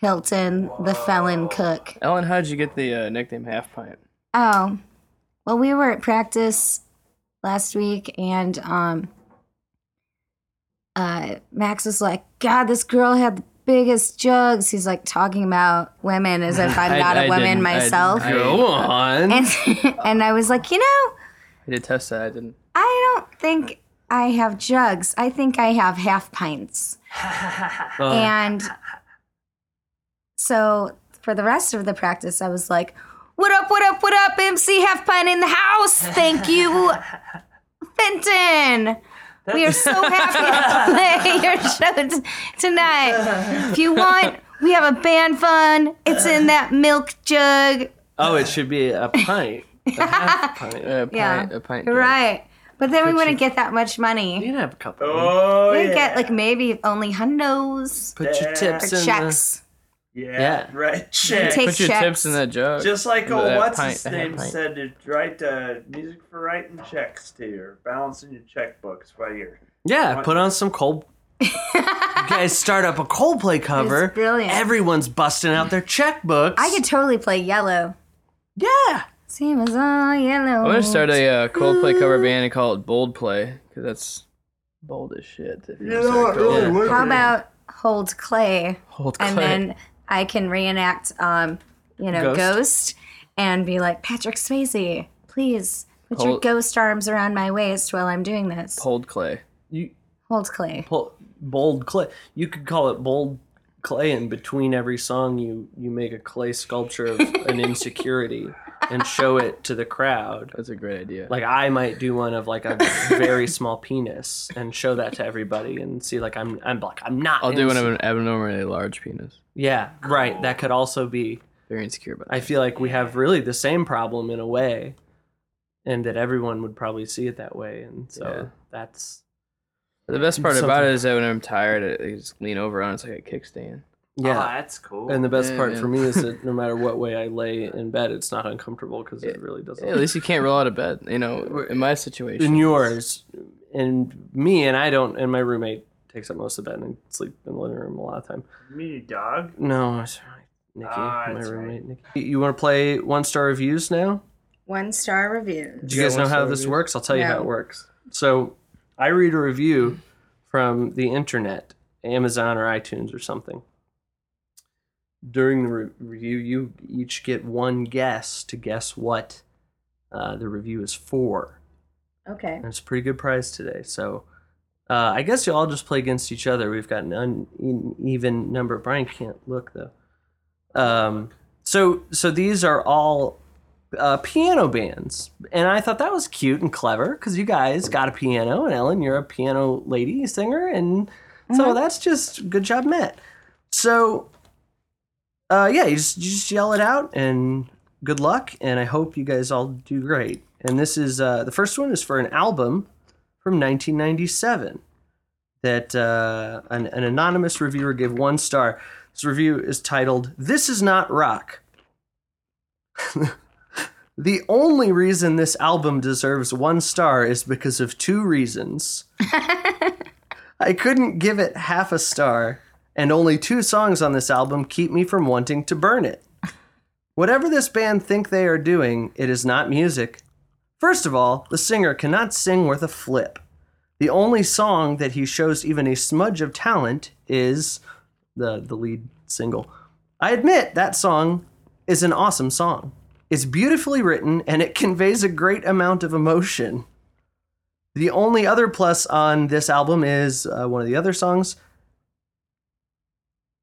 C: Hilton, the felon cook.
E: Ellen, how'd you get the uh, nickname Half Pint?
C: Oh, well, we were at practice last week, and um, uh, Max was like, "God, this girl had the biggest jugs." He's like talking about women as
E: (laughs)
C: if I'm
E: I-
C: not a
E: I
C: woman
E: didn't- I-
C: myself,
E: I-
D: Go on.
C: and and (laughs) I was like, you know,
E: I did test that. I didn't.
C: I don't think I have jugs. I think I have half pints.
D: Oh.
C: And so for the rest of the practice, I was like, what up, what up, what up, MC Half Pint in the house. Thank you, Fenton. We are so happy to play your show t- tonight. If you want, we have a band fund. It's in that milk jug.
D: Oh, it should be a pint. A half pint.
E: Uh, pint,
C: Yeah.
E: A pint.
C: You're
E: joke.
C: right. But then we wouldn't get that much money.
D: You'd have a couple.
B: Oh
C: We'd
B: yeah.
C: get like maybe only hundos
D: Put your
C: or
E: uh,
D: tips in.
C: checks.
B: yeah,
D: yeah.
B: right.
C: We
B: Check.
C: take
E: Put your
C: checks.
E: tips in that jug.
B: Just like
E: That
B: old what's
E: pint,
B: his
E: that
B: name
E: pint.
B: said to write uh, music for writing checks to or balancing your checkbooks while you're
D: The, yeah, put on
C: (laughs)
D: some cold. you guys start up a Coldplay cover.
C: It's brilliant.
D: Everyone's busting out their checkbooks.
C: I could totally play yellow.
D: Yeah.
C: Same as all yellow.
E: I'm gonna start a uh, Coldplay cover band and call it Bold Play because that's bold as shit. If you know,
D: really
E: really
C: How about hold clay,
E: Hold
C: and
E: Clay. (laughs)
C: then I can reenact, um, you know,
D: Ghost?
C: ghost, and be like Patrick Swayze, please put your
E: Hold-
C: ghost arms around my waist while I'm doing this.
E: Hold Clay.
D: You
C: Hold clay.
D: pull bold clay. You could call it bold clay. And between every song, you you make a clay sculpture
C: (laughs)
D: of an insecurity and show it to the crowd.
E: That's a great idea.
D: like I might do one of like a
C: (laughs)
D: very small penis and show that to everybody and see like I'm I'm like I'm not.
E: I'll do one of
D: insecure.
E: an abnormally large penis.
D: Yeah, right. That could also be.
E: Very insecure, but
D: I feel like we have really the same problem in a way, and that everyone would probably see it that way, and so
E: Yeah.
D: that's
E: the best part about
D: Something-
E: it is that when I'm tired, I I just lean over on it. it's like a kickstand.
B: Oh,
D: yeah.
B: that's cool.
D: and the best
E: Yeah,
D: part
E: yeah.
D: for me is (laughs) that no matter what way I lay in bed, it's not uncomfortable because it really doesn't.
E: Yeah, at least you can't roll out of bed. You know, in my situation,
D: in yours, and me and I don't and my roommate takes up most of the bed and I sleep in the living room a lot of the time.
B: Me, dog.
D: No, it's all right. Nikki,
B: Ah,
D: my
B: that's
D: roommate. Nikki. You want to play one star reviews now?
C: One star review.
D: Do you
E: Yeah,
D: guys know how
E: one-star
D: this
E: reviews.
D: works? I'll tell you how
C: No.
D: it works. So I read a review from the internet, Amazon or iTunes or something. During the re- review, you each get one guess to guess what uh, the review is for.
C: Okay.
D: And it's a pretty good prize today. So uh, I guess you all just play against each other. We've got an uneven number. Brian can't look though. Um, so so these are all uh, piano bands, and I thought that was cute and clever because you guys got a piano, and Ellen, you're a piano lady singer, and so that's just good job, Matt. So uh, yeah, you just you just yell it out, and good luck, and I hope you guys all do great. And this is uh, the first one is for an album from 1997 that uh, an, an anonymous reviewer gave one star. This review is titled, This Is Not Rock. (laughs) the only reason this album deserves one star is because of two reasons. I couldn't give it half a star, and only two songs on this album keep me from wanting to burn it. Whatever this band think they are doing, it is not music. First of all, the singer cannot sing worth a flip. The only song that he shows even a smudge of talent is the the lead single. I admit that song is an awesome song. It's beautifully written and it conveys a great amount of emotion. The only other plus on this album is uh, one of the other songs.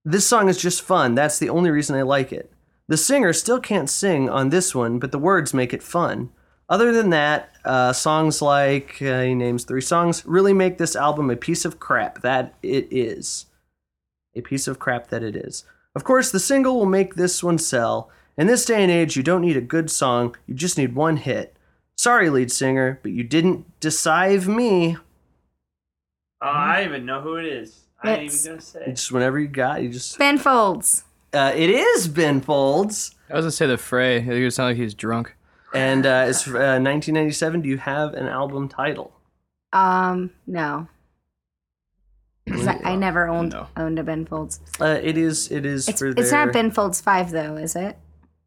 D: This song is just fun. That's the only reason I like it. The singer still can't sing on this one, but the words make it fun. Other than that, uh, songs like uh, he names three songs really make this album a piece of crap that it is. A piece of crap that it is. Of course, the single will make this one sell. In this day and age, you don't need a good song, you just need one hit. Sorry, lead singer, but you didn't deceive me.
B: Oh,
D: Mm-hmm.
B: I don't even know who it is. I ain't
C: It's-
B: even gonna say.
D: Just whenever you got, you just.
C: Ben Folds.
D: Uh, it is Ben Folds.
E: I was gonna say the fray. It would sound like he's drunk.
D: And uh, it's uh, 1997. Do you have an album title?
C: Um, no. 'Cause I, I never owned
E: No.
C: owned a Ben Folds.
D: Uh, it is. It is
C: It's,
D: for.
C: it's not
D: their-
C: Ben Folds five though, is it?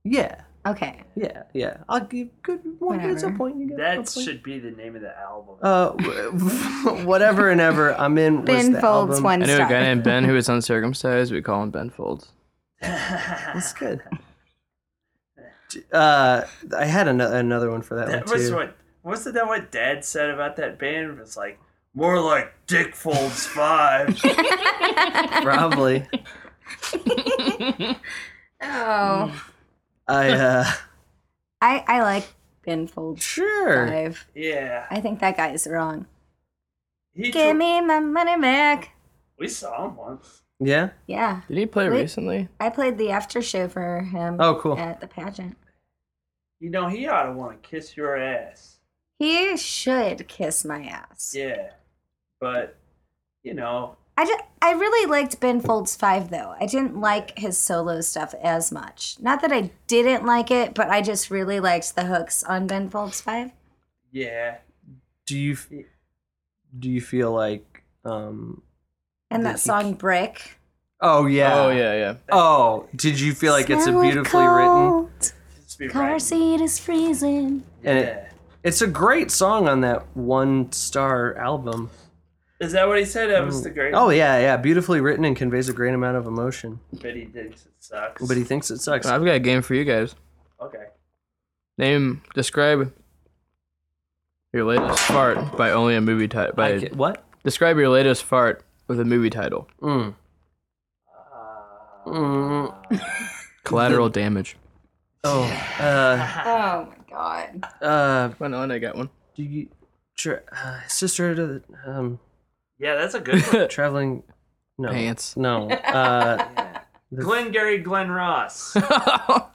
D: Yeah,
C: Okay.
D: yeah, yeah. I'll give good. One gets a
C: Whatever.
D: point. You get a
B: That
D: point.
B: should be the name of the album.
D: Uh, (laughs) w- whatever and ever. I'm in. was
C: Ben
D: the
C: Folds
D: album.
C: one
E: I knew a
C: star.
E: guy named Ben who was uncircumcised. We call him Ben Folds.
D: (laughs) That's good. Uh, I had an- another one for that,
B: that
D: one
B: was
D: too. (laughs)
B: what wasn't that what Dad said about that band? It was like more like Dick Folds
D: (laughs)
B: Five. (laughs)
D: Probably.
C: oh.
D: I uh,
C: I, I like Ben Folds
D: sure.
C: five.
B: yeah,
C: I think that guy is wrong.
B: he
C: Give
B: tr-
C: me my money back.
B: we saw him once.
D: Yeah.
C: Yeah.
E: Did he play
C: Wait.
E: recently?
C: I played the after show for him
D: Oh, cool.
C: at the pageant.
B: You know he ought to want to kiss your ass.
C: He should kiss my ass.
B: Yeah, but you know
C: I, ju- I really liked Ben Folds 5 though. I didn't like his solo stuff as much. Not that I didn't like it, but I just really liked the hooks on Ben Folds 5.
B: Yeah.
D: Do you f- do you feel like um?
C: And
D: Did
C: that
D: he-
C: song Brick.
D: Oh yeah.
E: Oh yeah, yeah.
D: Oh, did you feel like it's a
C: Smell of
D: beautifully written?
C: cold,
B: Just be
C: Car
B: right.
C: seat is freezing.
D: And
B: Yeah.
D: it- It's a great song on that one star album.
B: Is that what he said? That was the great.
D: Oh yeah, yeah, beautifully written and conveys a great amount of emotion.
B: But he thinks it sucks.
D: But he thinks it sucks.
E: I've got a game for you guys.
B: okay.
E: Name, describe your latest fart by only a movie title.
D: I
E: By
D: ca- what?
E: describe your latest fart with a movie title.
D: Mm. Mm.
E: (laughs) Collateral damage.
D: Oh, uh,
C: Oh my god.
D: uh,
E: Well, no, I got one.
D: do you, tra- uh, sister to the, um,
B: Yeah, that's
D: (laughs)
B: a good one.
D: traveling, no,
E: Pants.
D: no, uh,
B: Glengarry Glen
D: (laughs)
B: Ross.
E: oh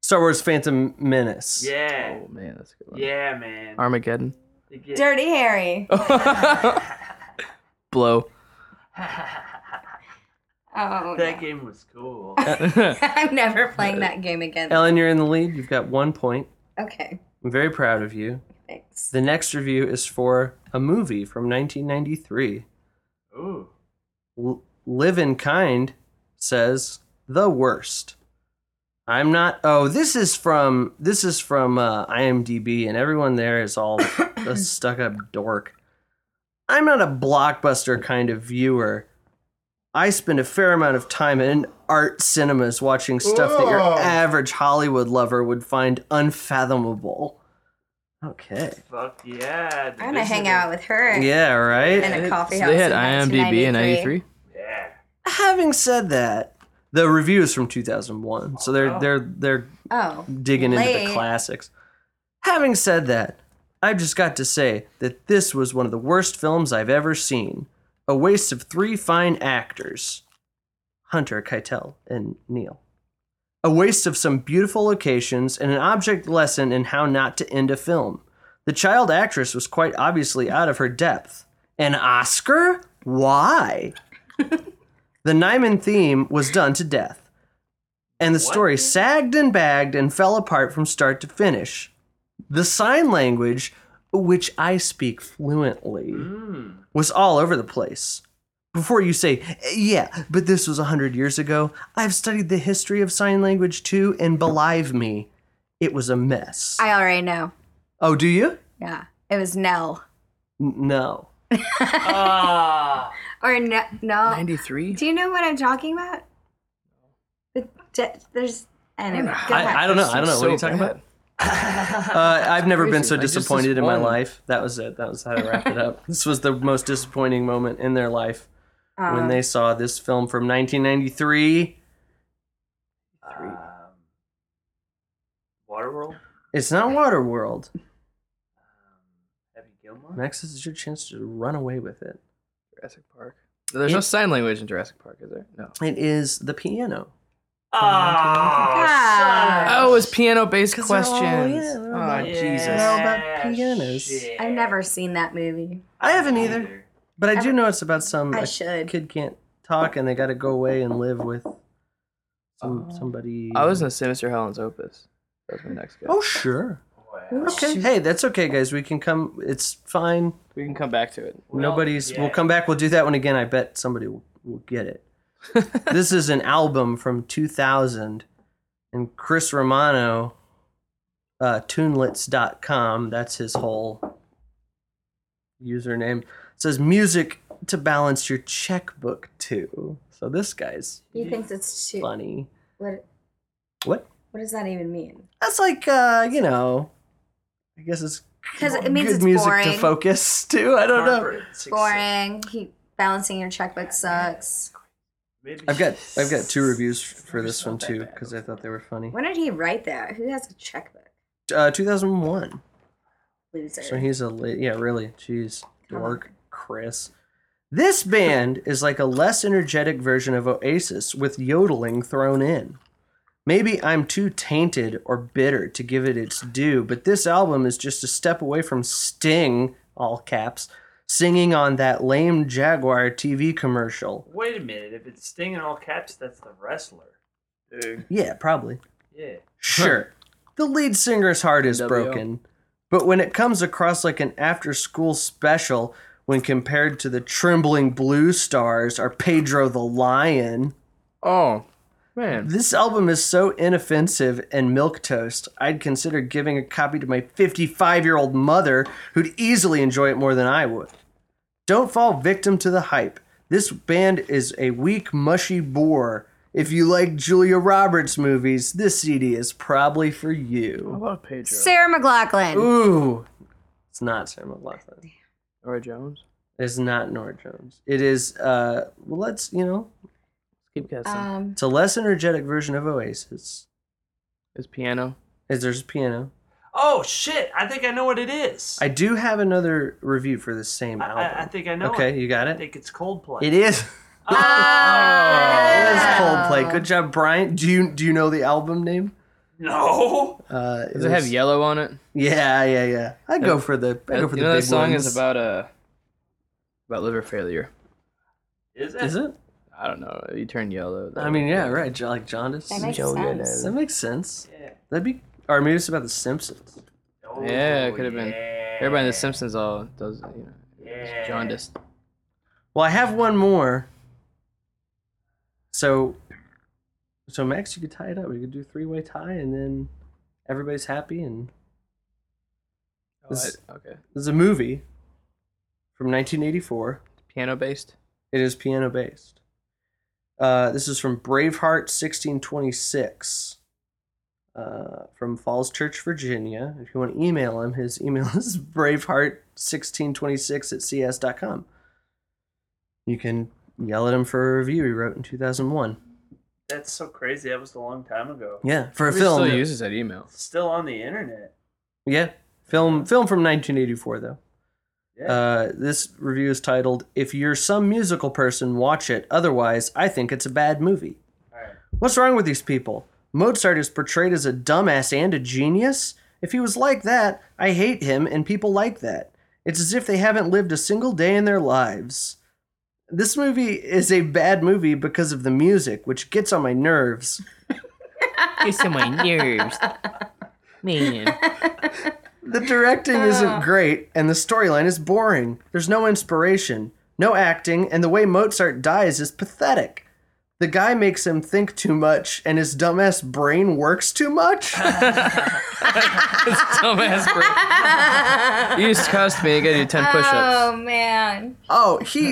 D: Star Wars Phantom Menace.
B: Yeah.
E: Oh, man, that's
D: Oh,
E: a good one.
B: Yeah, man.
E: Armageddon.
B: You get-
C: Dirty Harry.
D: Oh.
E: Blow.
C: Oh,
B: that game was cool.
C: (laughs) I'm never playing that game again.
D: Ellen, you're in the lead. You've got one point.
C: Okay.
D: I'm very proud of you.
C: Thanks.
D: The next review is for a movie from 1993.
B: Ooh.
D: L- Live in Kind says the worst. I'm not. Oh, this is from this is from uh, IMDb, and everyone there is all a stuck-up dork. I'm not a blockbuster kind of viewer. I spend a fair amount of time in art cinemas watching stuff that your
B: Whoa.
D: average Hollywood lover would find unfathomable. Okay.
B: Fuck yeah. the
C: I'm gonna hang
B: Visitor.
C: out with her.
D: Yeah. Right.
C: And a coffee
E: so
C: house
E: they had
C: in
E: IMDb
C: 93.
E: in '93.
B: Yeah.
D: Having said that, the review is from 2001, so they're
B: Oh.
D: they're they're
C: Oh,
D: digging into
C: Late.
D: the classics. Having said that, I've just got to say that this was one of the worst films I've ever seen. A waste of three fine actors Hunter, Keitel, and Neil. A waste of some beautiful locations and an object lesson in how not to end a film. The child actress was quite obviously out of her depth. An Oscar? Why? the Nyman theme was done to death and the story sagged and bagged and fell apart from start to finish. The sign language, which I speak fluently, was all over the place. Before you say, yeah, but this was 100 years ago, I've studied the history of sign language too, and believe me, it was a mess.
C: I already know.
D: oh, do you?
C: Yeah, it was Nell
D: N- No.
B: Ah.
C: or no, no.
E: '93.
C: Do you know what I'm talking about? The, de- there's anyway. Go ahead.
D: I, I don't know. I don't know. what are you talking about? Uh, I've never been
E: crazy.
D: so
E: Like, just this
D: disappointed in my
E: one.
D: life. That was it. That was how to wrap it up. This was the most disappointing moment in their life
C: Oh. Uh.
D: when they saw this film from 1993.
B: um, Waterworld?
D: It's not Waterworld.
B: Happy Gilmore?
D: Max, this is your chance to run away with it.
E: Jurassic Park. There's no sign language in Jurassic Park, is there? No.
D: It is the piano.
B: Ah.
C: Ah.
E: Oh, it's piano-based
D: 'Cause they're all-
E: questions.
D: yeah, they're all
E: oh,
D: about-
E: Jesus.
D: They're all about pianos.
C: I've never seen that movie.
D: I haven't either, but I do know it's about some
C: I
D: a
C: should.
D: kid can't talk and they got to go away and live with some,
E: Oh.
D: somebody.
E: I was gonna say Mr. Helen's Opus. That was my next guy.
D: Oh sure.
B: Wow.
D: Okay. Hey, that's okay, guys. We can come. It's fine.
E: We can come back to it.
B: Well,
D: Nobody's.
B: yeah.
D: We'll come back. We'll do that one again. I bet somebody will, will
C: (laughs)
D: get it. this is an album from 2000, and Chris Romano, uh, tunelets.com, that's his whole username, says music to balance your checkbook too. So this guy's
C: He thinks it's too.
D: funny.
C: What?
D: What?
C: What does that even mean?
D: That's like, uh, you know, I guess it's
C: Because it means
D: good
C: it's
D: music
C: boring.
D: to focus too. I don't know.
B: Corporate success.
C: boring. He balancing your checkbook sucks.
B: Maybe
D: I've got I've got two reviews for this one too because I thought they were funny.
C: When did he write that? Who has a checkbook?
D: Uh, 2001.
C: Loser.
D: So he's a li- yeah, really. Jeez, dork, Chris. This band is like a less energetic version of Oasis with yodeling thrown in. Maybe I'm too tainted or bitter to give it its due, but this album is just a step away from Sting, all caps, singing on that lame Jaguar TV commercial.
B: Wait a minute. If it's Sting in all caps, that's the wrestler. Dude.
D: Yeah, probably.
B: Yeah.
D: Sure. the lead singer's heart is
E: NWO.
D: broken. But when it comes across like an after school special when compared to the trembling blue stars or Pedro the Lion,
E: Oh man.
D: this album is so inoffensive and milk toast. I'd consider giving a copy to my 55-year-old mother who'd easily enjoy it more than I would. Don't fall victim to the hype. This band is a weak, mushy bore. If you like Julia Roberts movies, this CD is probably for you.
E: about Pedro
C: Sarah McLaughlin.
D: Ooh. It's not Sarah McLaughlin.
E: or Jones?
D: It's not Nora Jones. It is uh well let's you know,
E: Keep guessing.
C: Um,
D: it's a less energetic version of Oasis.
E: Is piano?
D: Is there's a piano.
B: Oh shit! I think I know what it is.
D: I do have another review for the same
B: I-
D: album.
B: I, I think I know.
D: Okay,
B: It.
D: you got
B: I
D: it?
B: think it's Coldplay.
C: (laughs)
D: It is it is Coldplay. Good job, Brian. Do you do you know the album name?
B: (laughs) No.
D: Uh it
E: Does it have
D: was-
E: yellow on it?
D: Yeah, yeah, yeah. I go for the I
E: Uh,
D: go for
E: you
D: the
E: know
D: big
E: that song
D: ones.
E: is about uh about liver failure.
B: Is it?
D: Is it?
E: I don't know. You turn yellow.
D: I mean, yeah, right. jo- Like jaundice.
C: that makes
E: Joe Yellow.
C: sense.
D: That makes sense.
B: Yeah.
D: That'd be or maybe it's about the Simpsons.
B: Oh,
E: Yeah, it could have been.
B: yeah.
E: Everybody in The Simpsons all does, you know,
B: Yeah.
E: it's jaundiced.
D: Oh, Well, I have one more. So, so Max, you could tie it up. We could do three way tie, and then everybody's happy. And This-
E: Oh, I- okay.
D: there's a movie from 1984.
E: Piano based.
D: It is piano based. Uh, this is from Braveheart 1626 uh, from Falls Church, Virginia. If you want to email him, his email (laughs) is braveheart1626 at cs.com. You can yell at him for a review he wrote in 2001.
B: That's so crazy. That was a long time ago.
D: Yeah, for a
E: Everybody
D: film.
E: still uses that email.
B: It's still on the internet.
D: yeah, film film from 1984 though.
B: Yeah.
D: Uh, this review is titled "If you're some musical person, watch it. Otherwise, I think it's a bad movie."
B: All right.
D: What's wrong with these people? Mozart is portrayed as a dumbass and a genius? If he was like that, I hate him and people like that. It's as if they haven't lived a single day in their lives. This movie is a bad movie because of the music, which gets on my nerves.
F: It's on my nerves. Man.
D: The directing isn't great, and the storyline is boring. There's no inspiration, no acting, and the way Mozart dies is pathetic. The guy makes him think too much, and his dumbass brain works too much.
E: Dumbass bro. you just cussed me. You gotta do 10 push ups.
C: Oh man.
D: Oh, he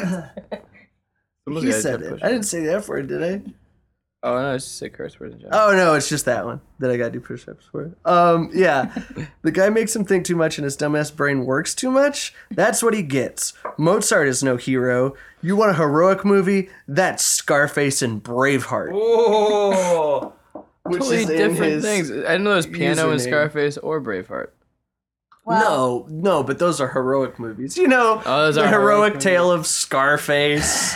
D: He said it. I didn't say the F word, did I?
E: Oh, no, it's just a curse word in general.
D: Oh no, it's just that one that I got to do push-ups for. Um, yeah, the guy makes him think too much, and his dumbass brain works too much. That's what he gets. Mozart is no hero. You want a heroic movie? That's Scarface and Braveheart.
B: (laughs) Oh,
D: Which
E: Totally
D: in
E: different
D: his-
E: things. I didn't know it was piano and
D: username.
E: Scarface or Braveheart.
D: no, no, but those are heroic movies. You know,
E: Oh, those
D: the
E: are heroic
D: heroic
E: movies.
D: tale of
E: (laughs)
D: Scarface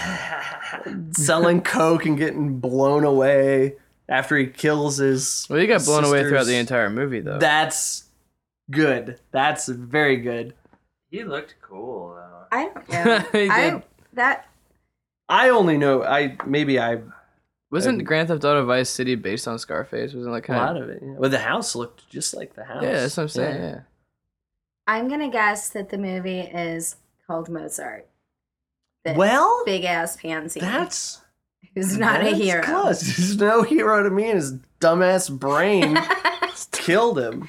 D: selling coke and getting blown away after he kills his.
E: Well, you got blown away throughout the
D: sister's-
E: entire movie, though.
D: That's good. That's very good.
B: he looked cool though.
C: I
D: (laughs)
C: don't know.
E: He
C: I
E: did.
C: that
D: I only know I maybe I
E: Wasn't Grand Theft Auto Vice City based on Scarface? Wasn't like
D: a
E: kind
D: lot of it. Yeah. Well, the house looked just like the house.
E: Yeah, that's what I'm saying. Yeah.
C: I'm gonna guess that the movie is called Mozart. The
D: Well,
C: big ass pansy.
D: that's
C: who's not a
D: that's
C: hero.
D: Close. He's no hero to me, and his dumbass
C: (laughs)
D: brain killed him.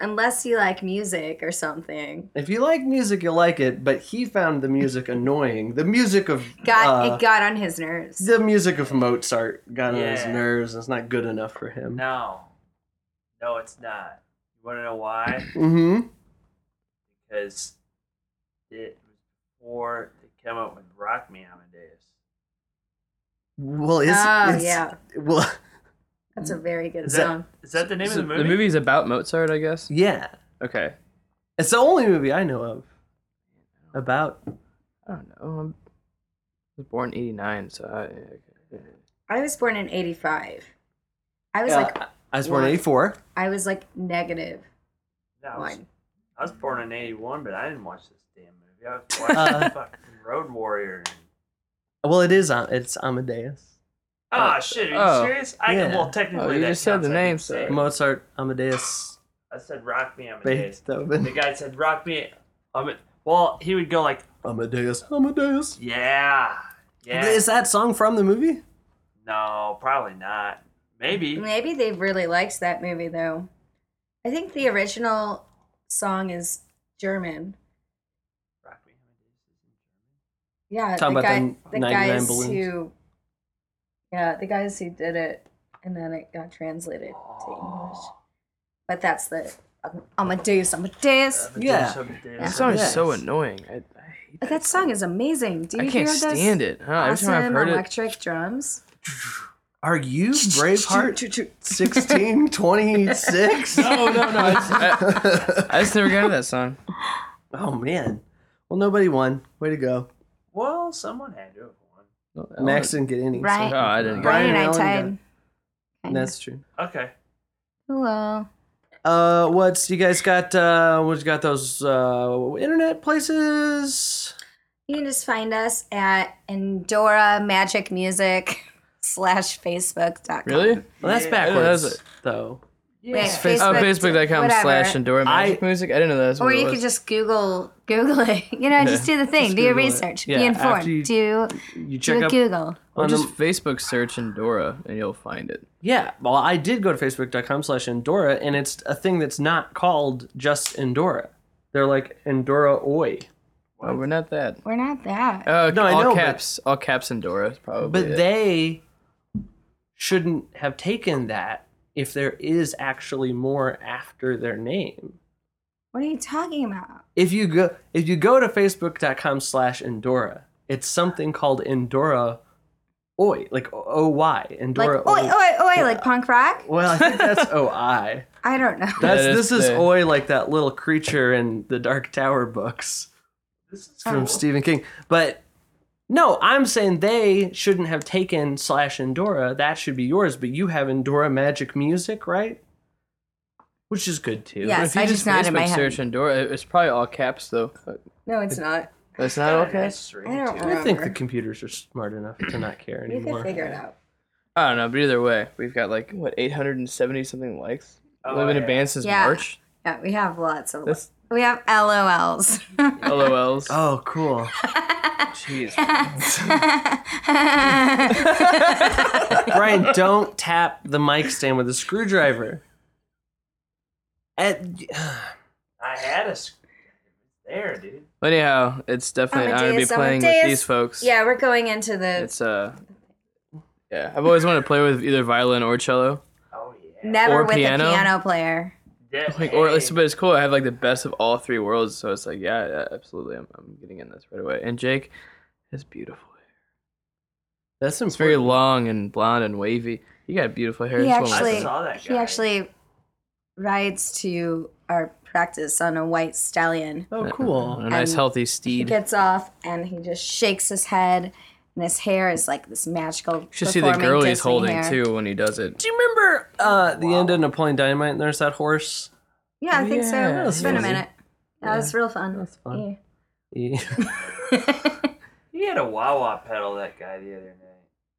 C: Unless you like music or something.
D: If you like music, you'll like it. But he found the music annoying. The music of
C: Got
D: uh,
C: it got on his nerves.
D: the music of Mozart got on his
B: Yeah.
D: nerves. and It's not good enough for him.
B: No, no, it's not. You want to know why?
D: Mm-hmm.
B: Because it was before they came up with Rock Me Amadeus.
D: Well, it's,
C: Oh,
D: it's-
C: yeah.
D: Well, (laughs)
C: That's a very good
B: Is
C: song.
B: that, is that the name
E: So
B: of the movie?
E: movie's about Mozart, I guess.
D: yeah.
E: Okay.
D: It's the only movie I know of about
E: I don't know. I'm- I was born '89, so I,
C: I was born in eighty five. I was
D: Yeah,
C: like
D: I was born in
C: What?
D: 84.
C: I was like negative
B: No, I, was,
C: one.
B: I was born in '81, but I didn't watch this damn movie. I was watching
D: Uh.
B: fucking Road Warrior. And,
D: Well, it is Am- it's Amadeus.
B: oh, shit! Are you
E: oh,
B: serious? I
D: yeah.
B: can, well, technically,
E: you
B: that
E: just said
B: counts,
E: the
B: I can
E: name,
B: say
E: so-
B: it.
D: Mozart, Amadeus,
B: I said Rock Me Amadeus. The
D: Beethoven.
B: guy said Rock Me. Ama-" well, he would go like,
D: Amadeus, Amadeus.
B: "Yeah, yeah."
D: Is that song from the movie?
B: No, probably not. Maybe.
C: Maybe they really liked that movie though. I think the original song is German.
B: Rock Me Amadeus
C: Yeah,
D: Talking
C: the
D: about
C: guy,
D: the
C: the
D: 99
C: guys
D: balloons.
C: who, yeah, the guys who did it, and then it got translated to English. But that's the um, Amadeus, Amadeus.
D: Yeah.
B: Amadeus
E: that
B: Amadeus.
E: song is so
D: Yes.
E: annoying. I, I hate
C: But That song is amazing. Do you
E: I
C: hear
E: can't
C: those
E: stand it. Huh? Every
C: awesome
E: time I've heard it,
C: electric drums?
D: Are you Braveheart 1626?
E: no, Oh, no, no. I just, I, (laughs) I just never got into that song.
D: Oh, man. Well, nobody won. Way to go.
B: Well, someone had to have won.
E: No, I don't-
D: Max didn't get any.
E: Oh,
D: so-
C: Right.
E: I didn't. Get
D: Brian
C: Brian and I
D: Allen
C: tied.
D: That's true.
B: Okay.
D: Oh,
C: Hello.
D: Uh, what's you guys got? Uh, what you got? Those uh, internet places.
C: You can just find us at Endora Magic Music (laughs) slash Facebook.com.
E: it. really? Oh,
D: Well, that's
B: Yeah.
D: backwards,
E: Yeah, that's-
D: though.
C: Like,
B: Yeah.
E: Face- oh, facebook.com
C: whatever.
E: slash Endora Magic Music. I didn't know that's what
C: Or
E: it
C: you
E: was.
C: could just Google Google it. (laughs) You know, just do the thing. do your
D: Google it.
C: research.
D: Yeah,
C: Be
D: after
C: informed.
D: you
C: do do
D: You check
C: a
D: up
C: Google.
E: Or
D: on
E: just
D: the
E: Facebook search Endora and you'll find it.
D: Yeah, well, I did go to facebook.com slash Endora, and it's a thing that's not called just Endora. They're like Endora Oi.
E: Well, Oh, we're not that.
C: We're not that.
E: Uh,
D: No, I
E: all
D: know, but-
E: caps, all caps Endora is probably.
D: But
E: it.
D: they shouldn't have taken that if there is actually more after their name.
C: what are you talking about?
D: If you go if you go to facebook.com slash Endora, it's something called Endora Oi, like O Y.
C: Like oi
D: Endora oh,
C: oi oi, like punk rock?
D: Well, I think
C: (laughs)
D: that's O I.
C: I don't know.
D: That's
E: That is
D: this is
E: the-
D: Oi like that little creature in the Dark Tower books.
B: This is
D: from Stephen King. But no, I'm saying they shouldn't have taken slash Endora. That should be yours, but you have Endora Magic Music, right? Which is good too.
C: (laughs)
E: But
C: Yes,
E: if you
C: I
E: just
C: just nodded
E: Facebook
C: my head.
E: search Endora, it- it's probably all caps though.
C: No, it's not.
E: That's not all caps.
B: history.
C: I don't
D: I think the
C: remember.
D: computers are smart enough to not care
C: You
D: anymore.
C: can figure it out.
E: I don't know, but either way, we've got like what 870 something likes.
B: Oh,
E: Live in
B: yeah.
E: a band since
C: Yeah.
E: March.
C: Yeah, we have lots of.
E: That's
C: We have
E: (laughs)
C: LOLs.
E: LOLs.
D: Oh, cool.
E: jeez.
D: Brian, don't tap the mic stand with a screwdriver. At,
B: I had a sc- there, dude.
E: But anyhow, it's definitely an honor to be
C: Amadeus,
E: playing with
C: Amadeus.
E: these folks.
C: yeah, we're going into the
E: It's uh Yeah. I've always wanted to play with either violin or cello.
B: Oh yeah.
C: never
E: or
C: with
E: piano.
C: a piano player.
B: That-
E: Like or at least
B: hey,
E: but it's cool. I have like the best of all three worlds, so it's like, yeah, yeah absolutely. I'm, I'm getting in this right away. And Jake is beautiful.
D: that's
E: It's very
D: important.
E: long and blonde and wavy. You got beautiful hair
C: He
E: as well.
C: actually,
B: I saw that
C: he
B: guy.
C: actually rides to our practice on a white stallion.
D: Oh,
E: A
D: cool.
E: nice
C: And
E: healthy
C: He
E: steed.
C: gets off and he just shakes his head, and his hair is like this magical. You
E: You should see the girl he's holding too when he does it.
D: Do you remember uh, the end of Napoleon Dynamite? And there's that horse.
C: Yeah, I think
E: Yeah,
C: so. It's been a
D: that's easy.
C: minute. That was real fun.
D: That's fun. Yeah.
B: he had a wah wah pedal. That guy the other night.
D: (laughs)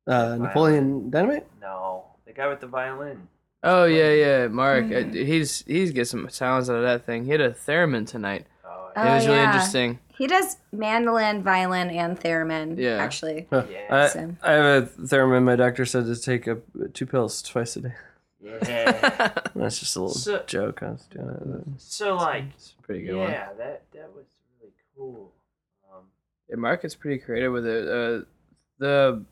D: Uh, Napoleon Dynamite?
B: No, the guy with the violin.
E: Oh yeah, yeah, Mark. uh
C: Mm-hmm.
E: He's he's get some sounds out of that thing. He had a theremin tonight.
B: Oh
C: Oh,
E: it was really
C: yeah.
E: interesting.
C: He does mandolin, violin, and theremin.
E: Yeah.
C: actually.
E: Uh.
B: yeah,
C: So-
D: I have a theremin. My doctor said to take a, two pills twice a day. (laughs)
E: (laughs)
B: yeah.
D: That's just a little
B: So-
D: joke I was doing.
B: so like,
E: It's a pretty good one.
B: yeah, that that was really cool. Um,
E: Yeah, Mark is pretty creative with it. Uh, the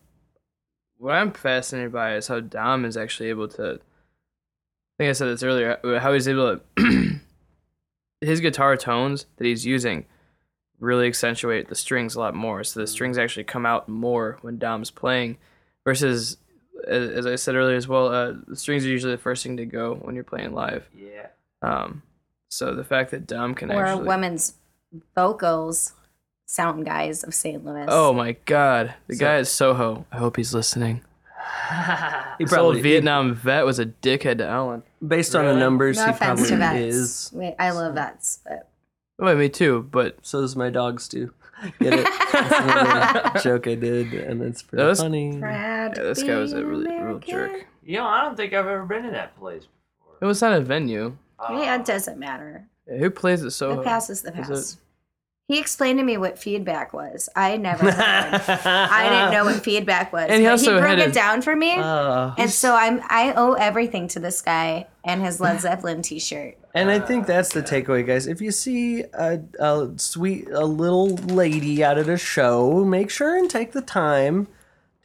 E: what I'm fascinated by is how Dom is actually able to. I think I said this earlier. uh, How he's able to (clears throat) his guitar tones that he's using really accentuate the strings a lot more. So the strings actually come out more when Dom's playing, versus as, as I said earlier as well. Uh, the strings are usually the first thing to go when you're playing live.
B: yeah,
E: Um, so the fact that Dom can
C: or
E: actually
C: women's vocals sound guys of St. Louis.
E: Oh my God, the guy at Soho. I hope he's listening.
D: He
E: This old
D: probably,
E: Vietnam vet was a dickhead to Alan.
D: based on the numbers,
C: no
D: he
C: offense to
D: probably
C: vets.
D: is.
C: Wait, I love vets, but
E: Oh, wait, me too. But
D: So does my dogs do.
C: (laughs)
D: Get it? That's another joke I did, and it's pretty
E: That was-
D: funny.
C: Brad.
E: yeah, this guy was a
C: being
E: really real
C: American.
E: jerk.
B: you know, I don't think I've ever been to that place before.
E: It was not a venue.
B: Uh,
C: Yeah, it doesn't matter.
E: Yeah, Who plays at
C: The
E: Soho?
C: past Ah. Oh, is the
E: Is
C: past.
E: it-
C: He explained to me what feedback was. I
E: (laughs)
C: never. heard. I didn't know what feedback was.
E: And he
C: but
E: also
C: broke
E: had
C: it
E: a- Ah.
C: down for me,
D: Uh,
C: and so I'm I owe everything to this guy and his
E: (laughs)
C: Led Zeppelin T-shirt.
D: And I think that's the takeaway, guys. If you see a, a sweet, a little lady out at a show, make sure and take the time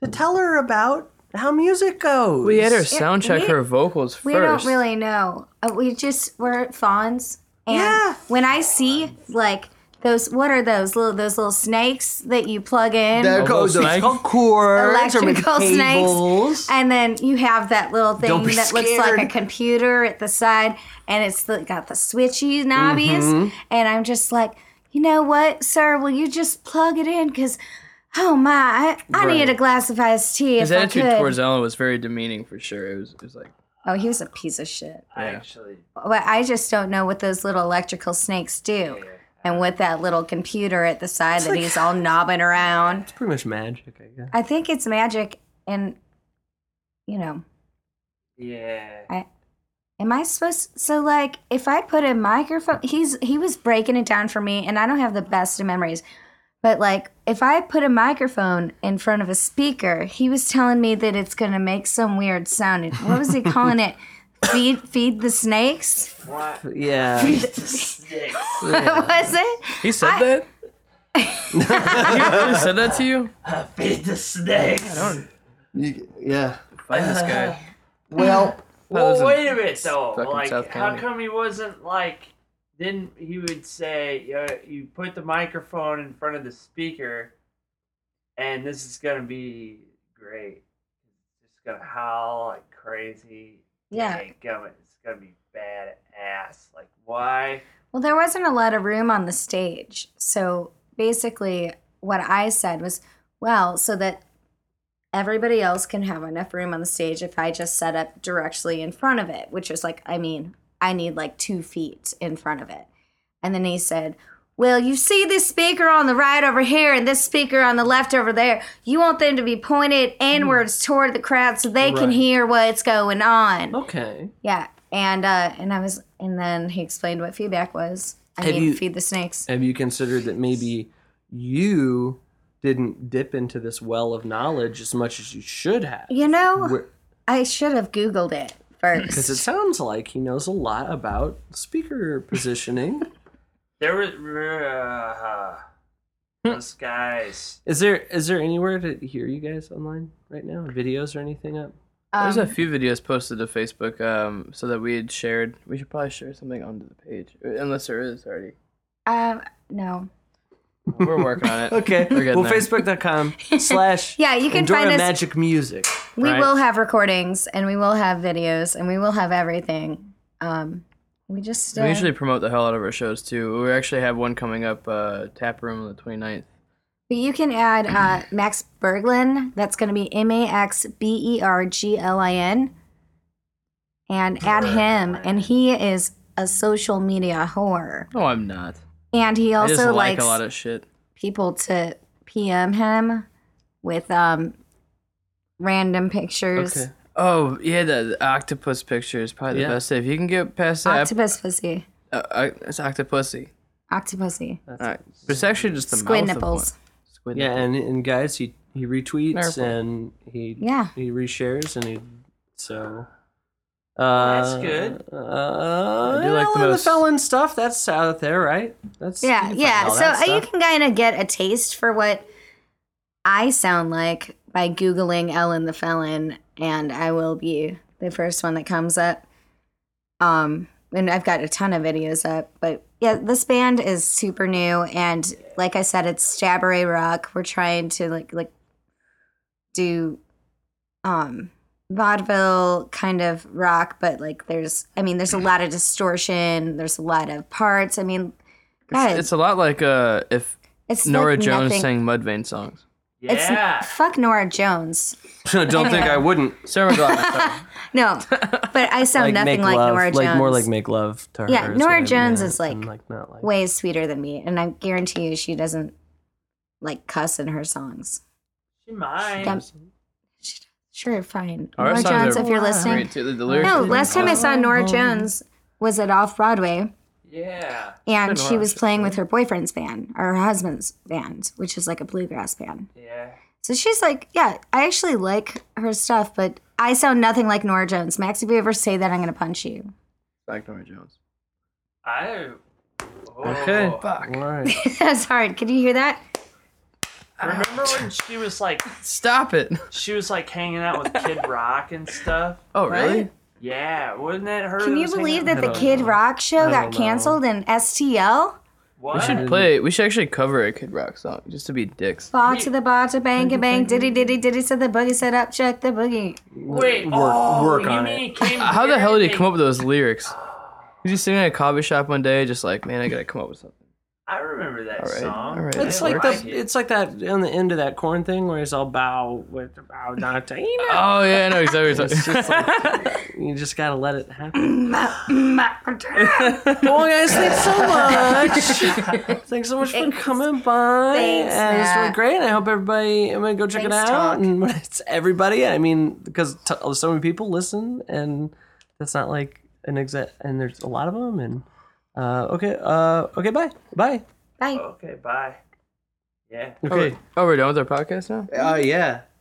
D: to tell her about how music goes.
E: we had her sound check
C: we-
E: her vocals first.
C: We don't really know. Uh, We just we're at fawns, and
D: Yeah.
C: when I see like those, what are those little those little snakes that you plug in?
D: There goes
E: Electrical
D: those
E: snake.
D: called cords or maybe
C: Electrical snakes.
D: cables.
C: And then you have that little thing
D: Don't be
C: that looks like a
D: scared.
C: computer at the side, and it's the, got the switchy knobbies.
D: Mm-hmm.
C: And I'm just like, you know what, sir? Will you just plug it in? Because, oh my, I, I need a glass of iced tea
E: His
C: if I
E: attitude
C: could.
E: towards Alan was very demeaning for sure. It was, it was like,
C: oh, he was a piece of shit.
B: I actually,
C: But I just don't know what those little electrical snakes do, and what that little computer at the side that he's
B: (laughs)
C: all knobbing around.
D: It's pretty much magic, I guess.
C: I think it's magic, and you know,
B: yeah,
C: I Am I supposed so like if I put a microphone he's he was breaking it down for me and I don't have the best of memories. But like if I put a microphone in front of a speaker, he was telling me that it's gonna make some weird sound. And What was he calling
B: (laughs)
C: it? Feed feed the snakes?
D: Yeah.
C: What (laughs) was it?
E: He
C: (laughs)
E: said that. he really said that to you?
B: Feed the snakes.
A: You- yeah.
E: Find this guy.
A: Well,
E: was
B: Well,
E: in
B: wait a minute though.
E: fucking
B: Like,
E: South
B: how
E: County.
B: come he wasn't like? Then he would say, uh, "You put the microphone in front of the speaker, and this is gonna be great. It's gonna howl like crazy.
C: Yeah.
B: Hey, come it. It's gonna be badass. Like, why?
C: Well, there wasn't a lot of room on the stage. So basically, what I said was, well, so that everybody else can have enough room on the stage if I just set up directly in front of it, which is like, I mean, I need like two feet in front of it. And then he said, well, you see this speaker on the right over here and this speaker on the left over there. You want them to be pointed inwards toward the crowd so they can
D: Right.
C: hear what's going on.
D: Okay.
C: Yeah, and uh, and I was, and then he explained what feedback was. I
D: Have
C: mean,
D: you-
C: feed the snakes.
D: Have you considered that maybe you didn't dip into this well of knowledge as much as you should have?
C: You know,
D: Where-
C: I should have Googled it first.
D: Because it sounds like he knows a lot about speaker positioning.
B: There was uh,
E: Hmm.
B: those guys.
D: is there is there anywhere to hear you guys online right now? Videos or anything up?
E: There's a
C: Um,
E: few videos posted to Facebook um, so that we had shared. We should probably share something onto the page, Uh, unless there is already.
C: um, no.
E: We're working on it.
D: (laughs) Okay.
E: We're getting
D: Well,
E: there.
D: (laughs) facebook.com slash
C: Yeah, you can
D: Endora
C: find us-
D: Magic Music.
C: We
D: right?
C: will have recordings, and we will have videos, and we will have everything. Um, we just uh,
E: We usually promote the hell out of our shows too. We actually have one coming up, uh, Tap Room on the 29th.
C: but you can add uh, Max Berglund. That's going to be M A X B E R G L I N, and add him, and he is a social media whore,
E: No, I'm not.
C: and he
E: I
C: also
E: just like
C: likes
E: a lot of shit.
C: people to PM him with um random pictures.
D: Okay.
E: Oh yeah, the, the octopus picture is probably
D: Yeah.
E: the best. If you can get past that,
C: Octopus pussy.
E: uh, uh, it's octopussy.
C: Octopussy.
E: All right. But it's actually just the
C: Squid
E: mouth of
C: nipples.
E: one. Squid
D: Yeah, and, and guys, he, he retweets
E: Nerf.
D: and he
C: Yeah.
D: he reshares and he so.
B: That's
D: uh,
B: good.
D: Uh,
E: I
D: I
E: do like the
D: the,
E: most-
D: felon stuff. That's out there, right? That's you
C: Yeah,
D: can find
C: yeah.
D: all
C: So
D: that
C: uh, you
D: stuff.
C: can kind of get a taste for what I sound like by googling Ellen the Felon, and I will be the first one that comes up. Um, and I've got a ton of videos up, but yeah, this band is super new, and like I said, it's Stabberay Rock. We're trying to like like do um vaudeville kind of rock but like there's i mean there's
E: Mm-hmm.
C: a lot of distortion there's a lot of parts i mean
E: It's,
C: guys,
E: it's a lot like uh, if
C: it's like
E: Nora Jones
C: nothing-
E: sang Mudvayne songs.
C: It's
B: Yeah.
C: fuck Nora Jones.
D: Don't think I wouldn't
E: Sarah McLachlan. sorry.
C: No, but I sound
D: like
C: Oh, nothing
D: make
C: like
D: love,
C: Nora Jones.
D: like more like make love to her.
C: Yeah,
D: is
C: Nora
D: what I
C: Jones
D: meant,
C: is, like,
D: and, like not like
C: way sweeter than me, and I guarantee you she doesn't like cuss in her songs.
B: She might.
C: Dumb- She- Sure, fine.
E: Our
C: Nora
E: songs
C: Jones,
E: are
C: if you're listening.
E: Great too. The, the lyrics.
C: No,
E: are
C: last time I
E: awesome. Um,
C: saw Nora Jones was at Off Broadway,
B: Yeah.
C: and
E: Been
C: she was
E: watched,
C: playing with her boyfriend's band or her husband's band, which is like a bluegrass band.
B: Yeah.
C: So she's like, yeah, I actually like her stuff, but I sound nothing like Nora Jones. Max, if you ever say that, I'm gonna punch you. (laughs)
E: like Nora Jones.
B: I. Oh.
D: Okay.
E: Fuck.
D: All right.
C: That's hard. Could you hear that?
B: Remember
E: Uh-huh.
B: when she was like
E: Stop it. (laughs)
B: she was like hanging out with Kid Rock and stuff?
E: Oh really?
B: Yeah, wasn't it her?
C: Can
B: that
C: you
B: was hanging
C: believe that
B: out-
C: the Kid Rock show got
D: don't know.
C: canceled and STL?
B: What?
E: We should play. We should actually cover a Kid Rock song just to be dicks.
C: Ball to the ball to bang a bang, diddy diddy diddy, said the boogie, set up, check the boogie.
B: Wait,
D: work-
B: oh,
D: work
B: you
D: on
B: mean it. came
E: How the
B: here
E: hell did
B: and
E: he come up with those lyrics? He's just sitting at a coffee shop one day, just like, man, I gotta come up with something.
B: I remember that
E: All right,
B: song.
E: all right.
D: It's
E: It
D: like
B: works.
D: the it's like that on the end of that corn thing where he's all bow with bow not to you know.
E: Oh yeah, I know exactly. What you're talking-
D: You just gotta let it
C: (laughs)
D: happen.
C: Thanks
D: well, guys, thanks
C: (laughs)
D: so much. thanks so much for coming by.
C: Thanks,
D: Uh, It's really
C: Matt.
D: great. I hope everybody. I'm gonna go check
C: Thanks,
D: it out.
C: Talk.
D: And when it's everybody. I mean, because t- so many people listen, and that's not like and exa- and there's a lot of them. And uh, okay, uh, okay, bye, bye.
C: Bye.
B: Okay, bye. Yeah.
E: Oh,
D: Okay.
E: we're- oh, we're done with our podcast now?
D: Oh, Uh, yeah.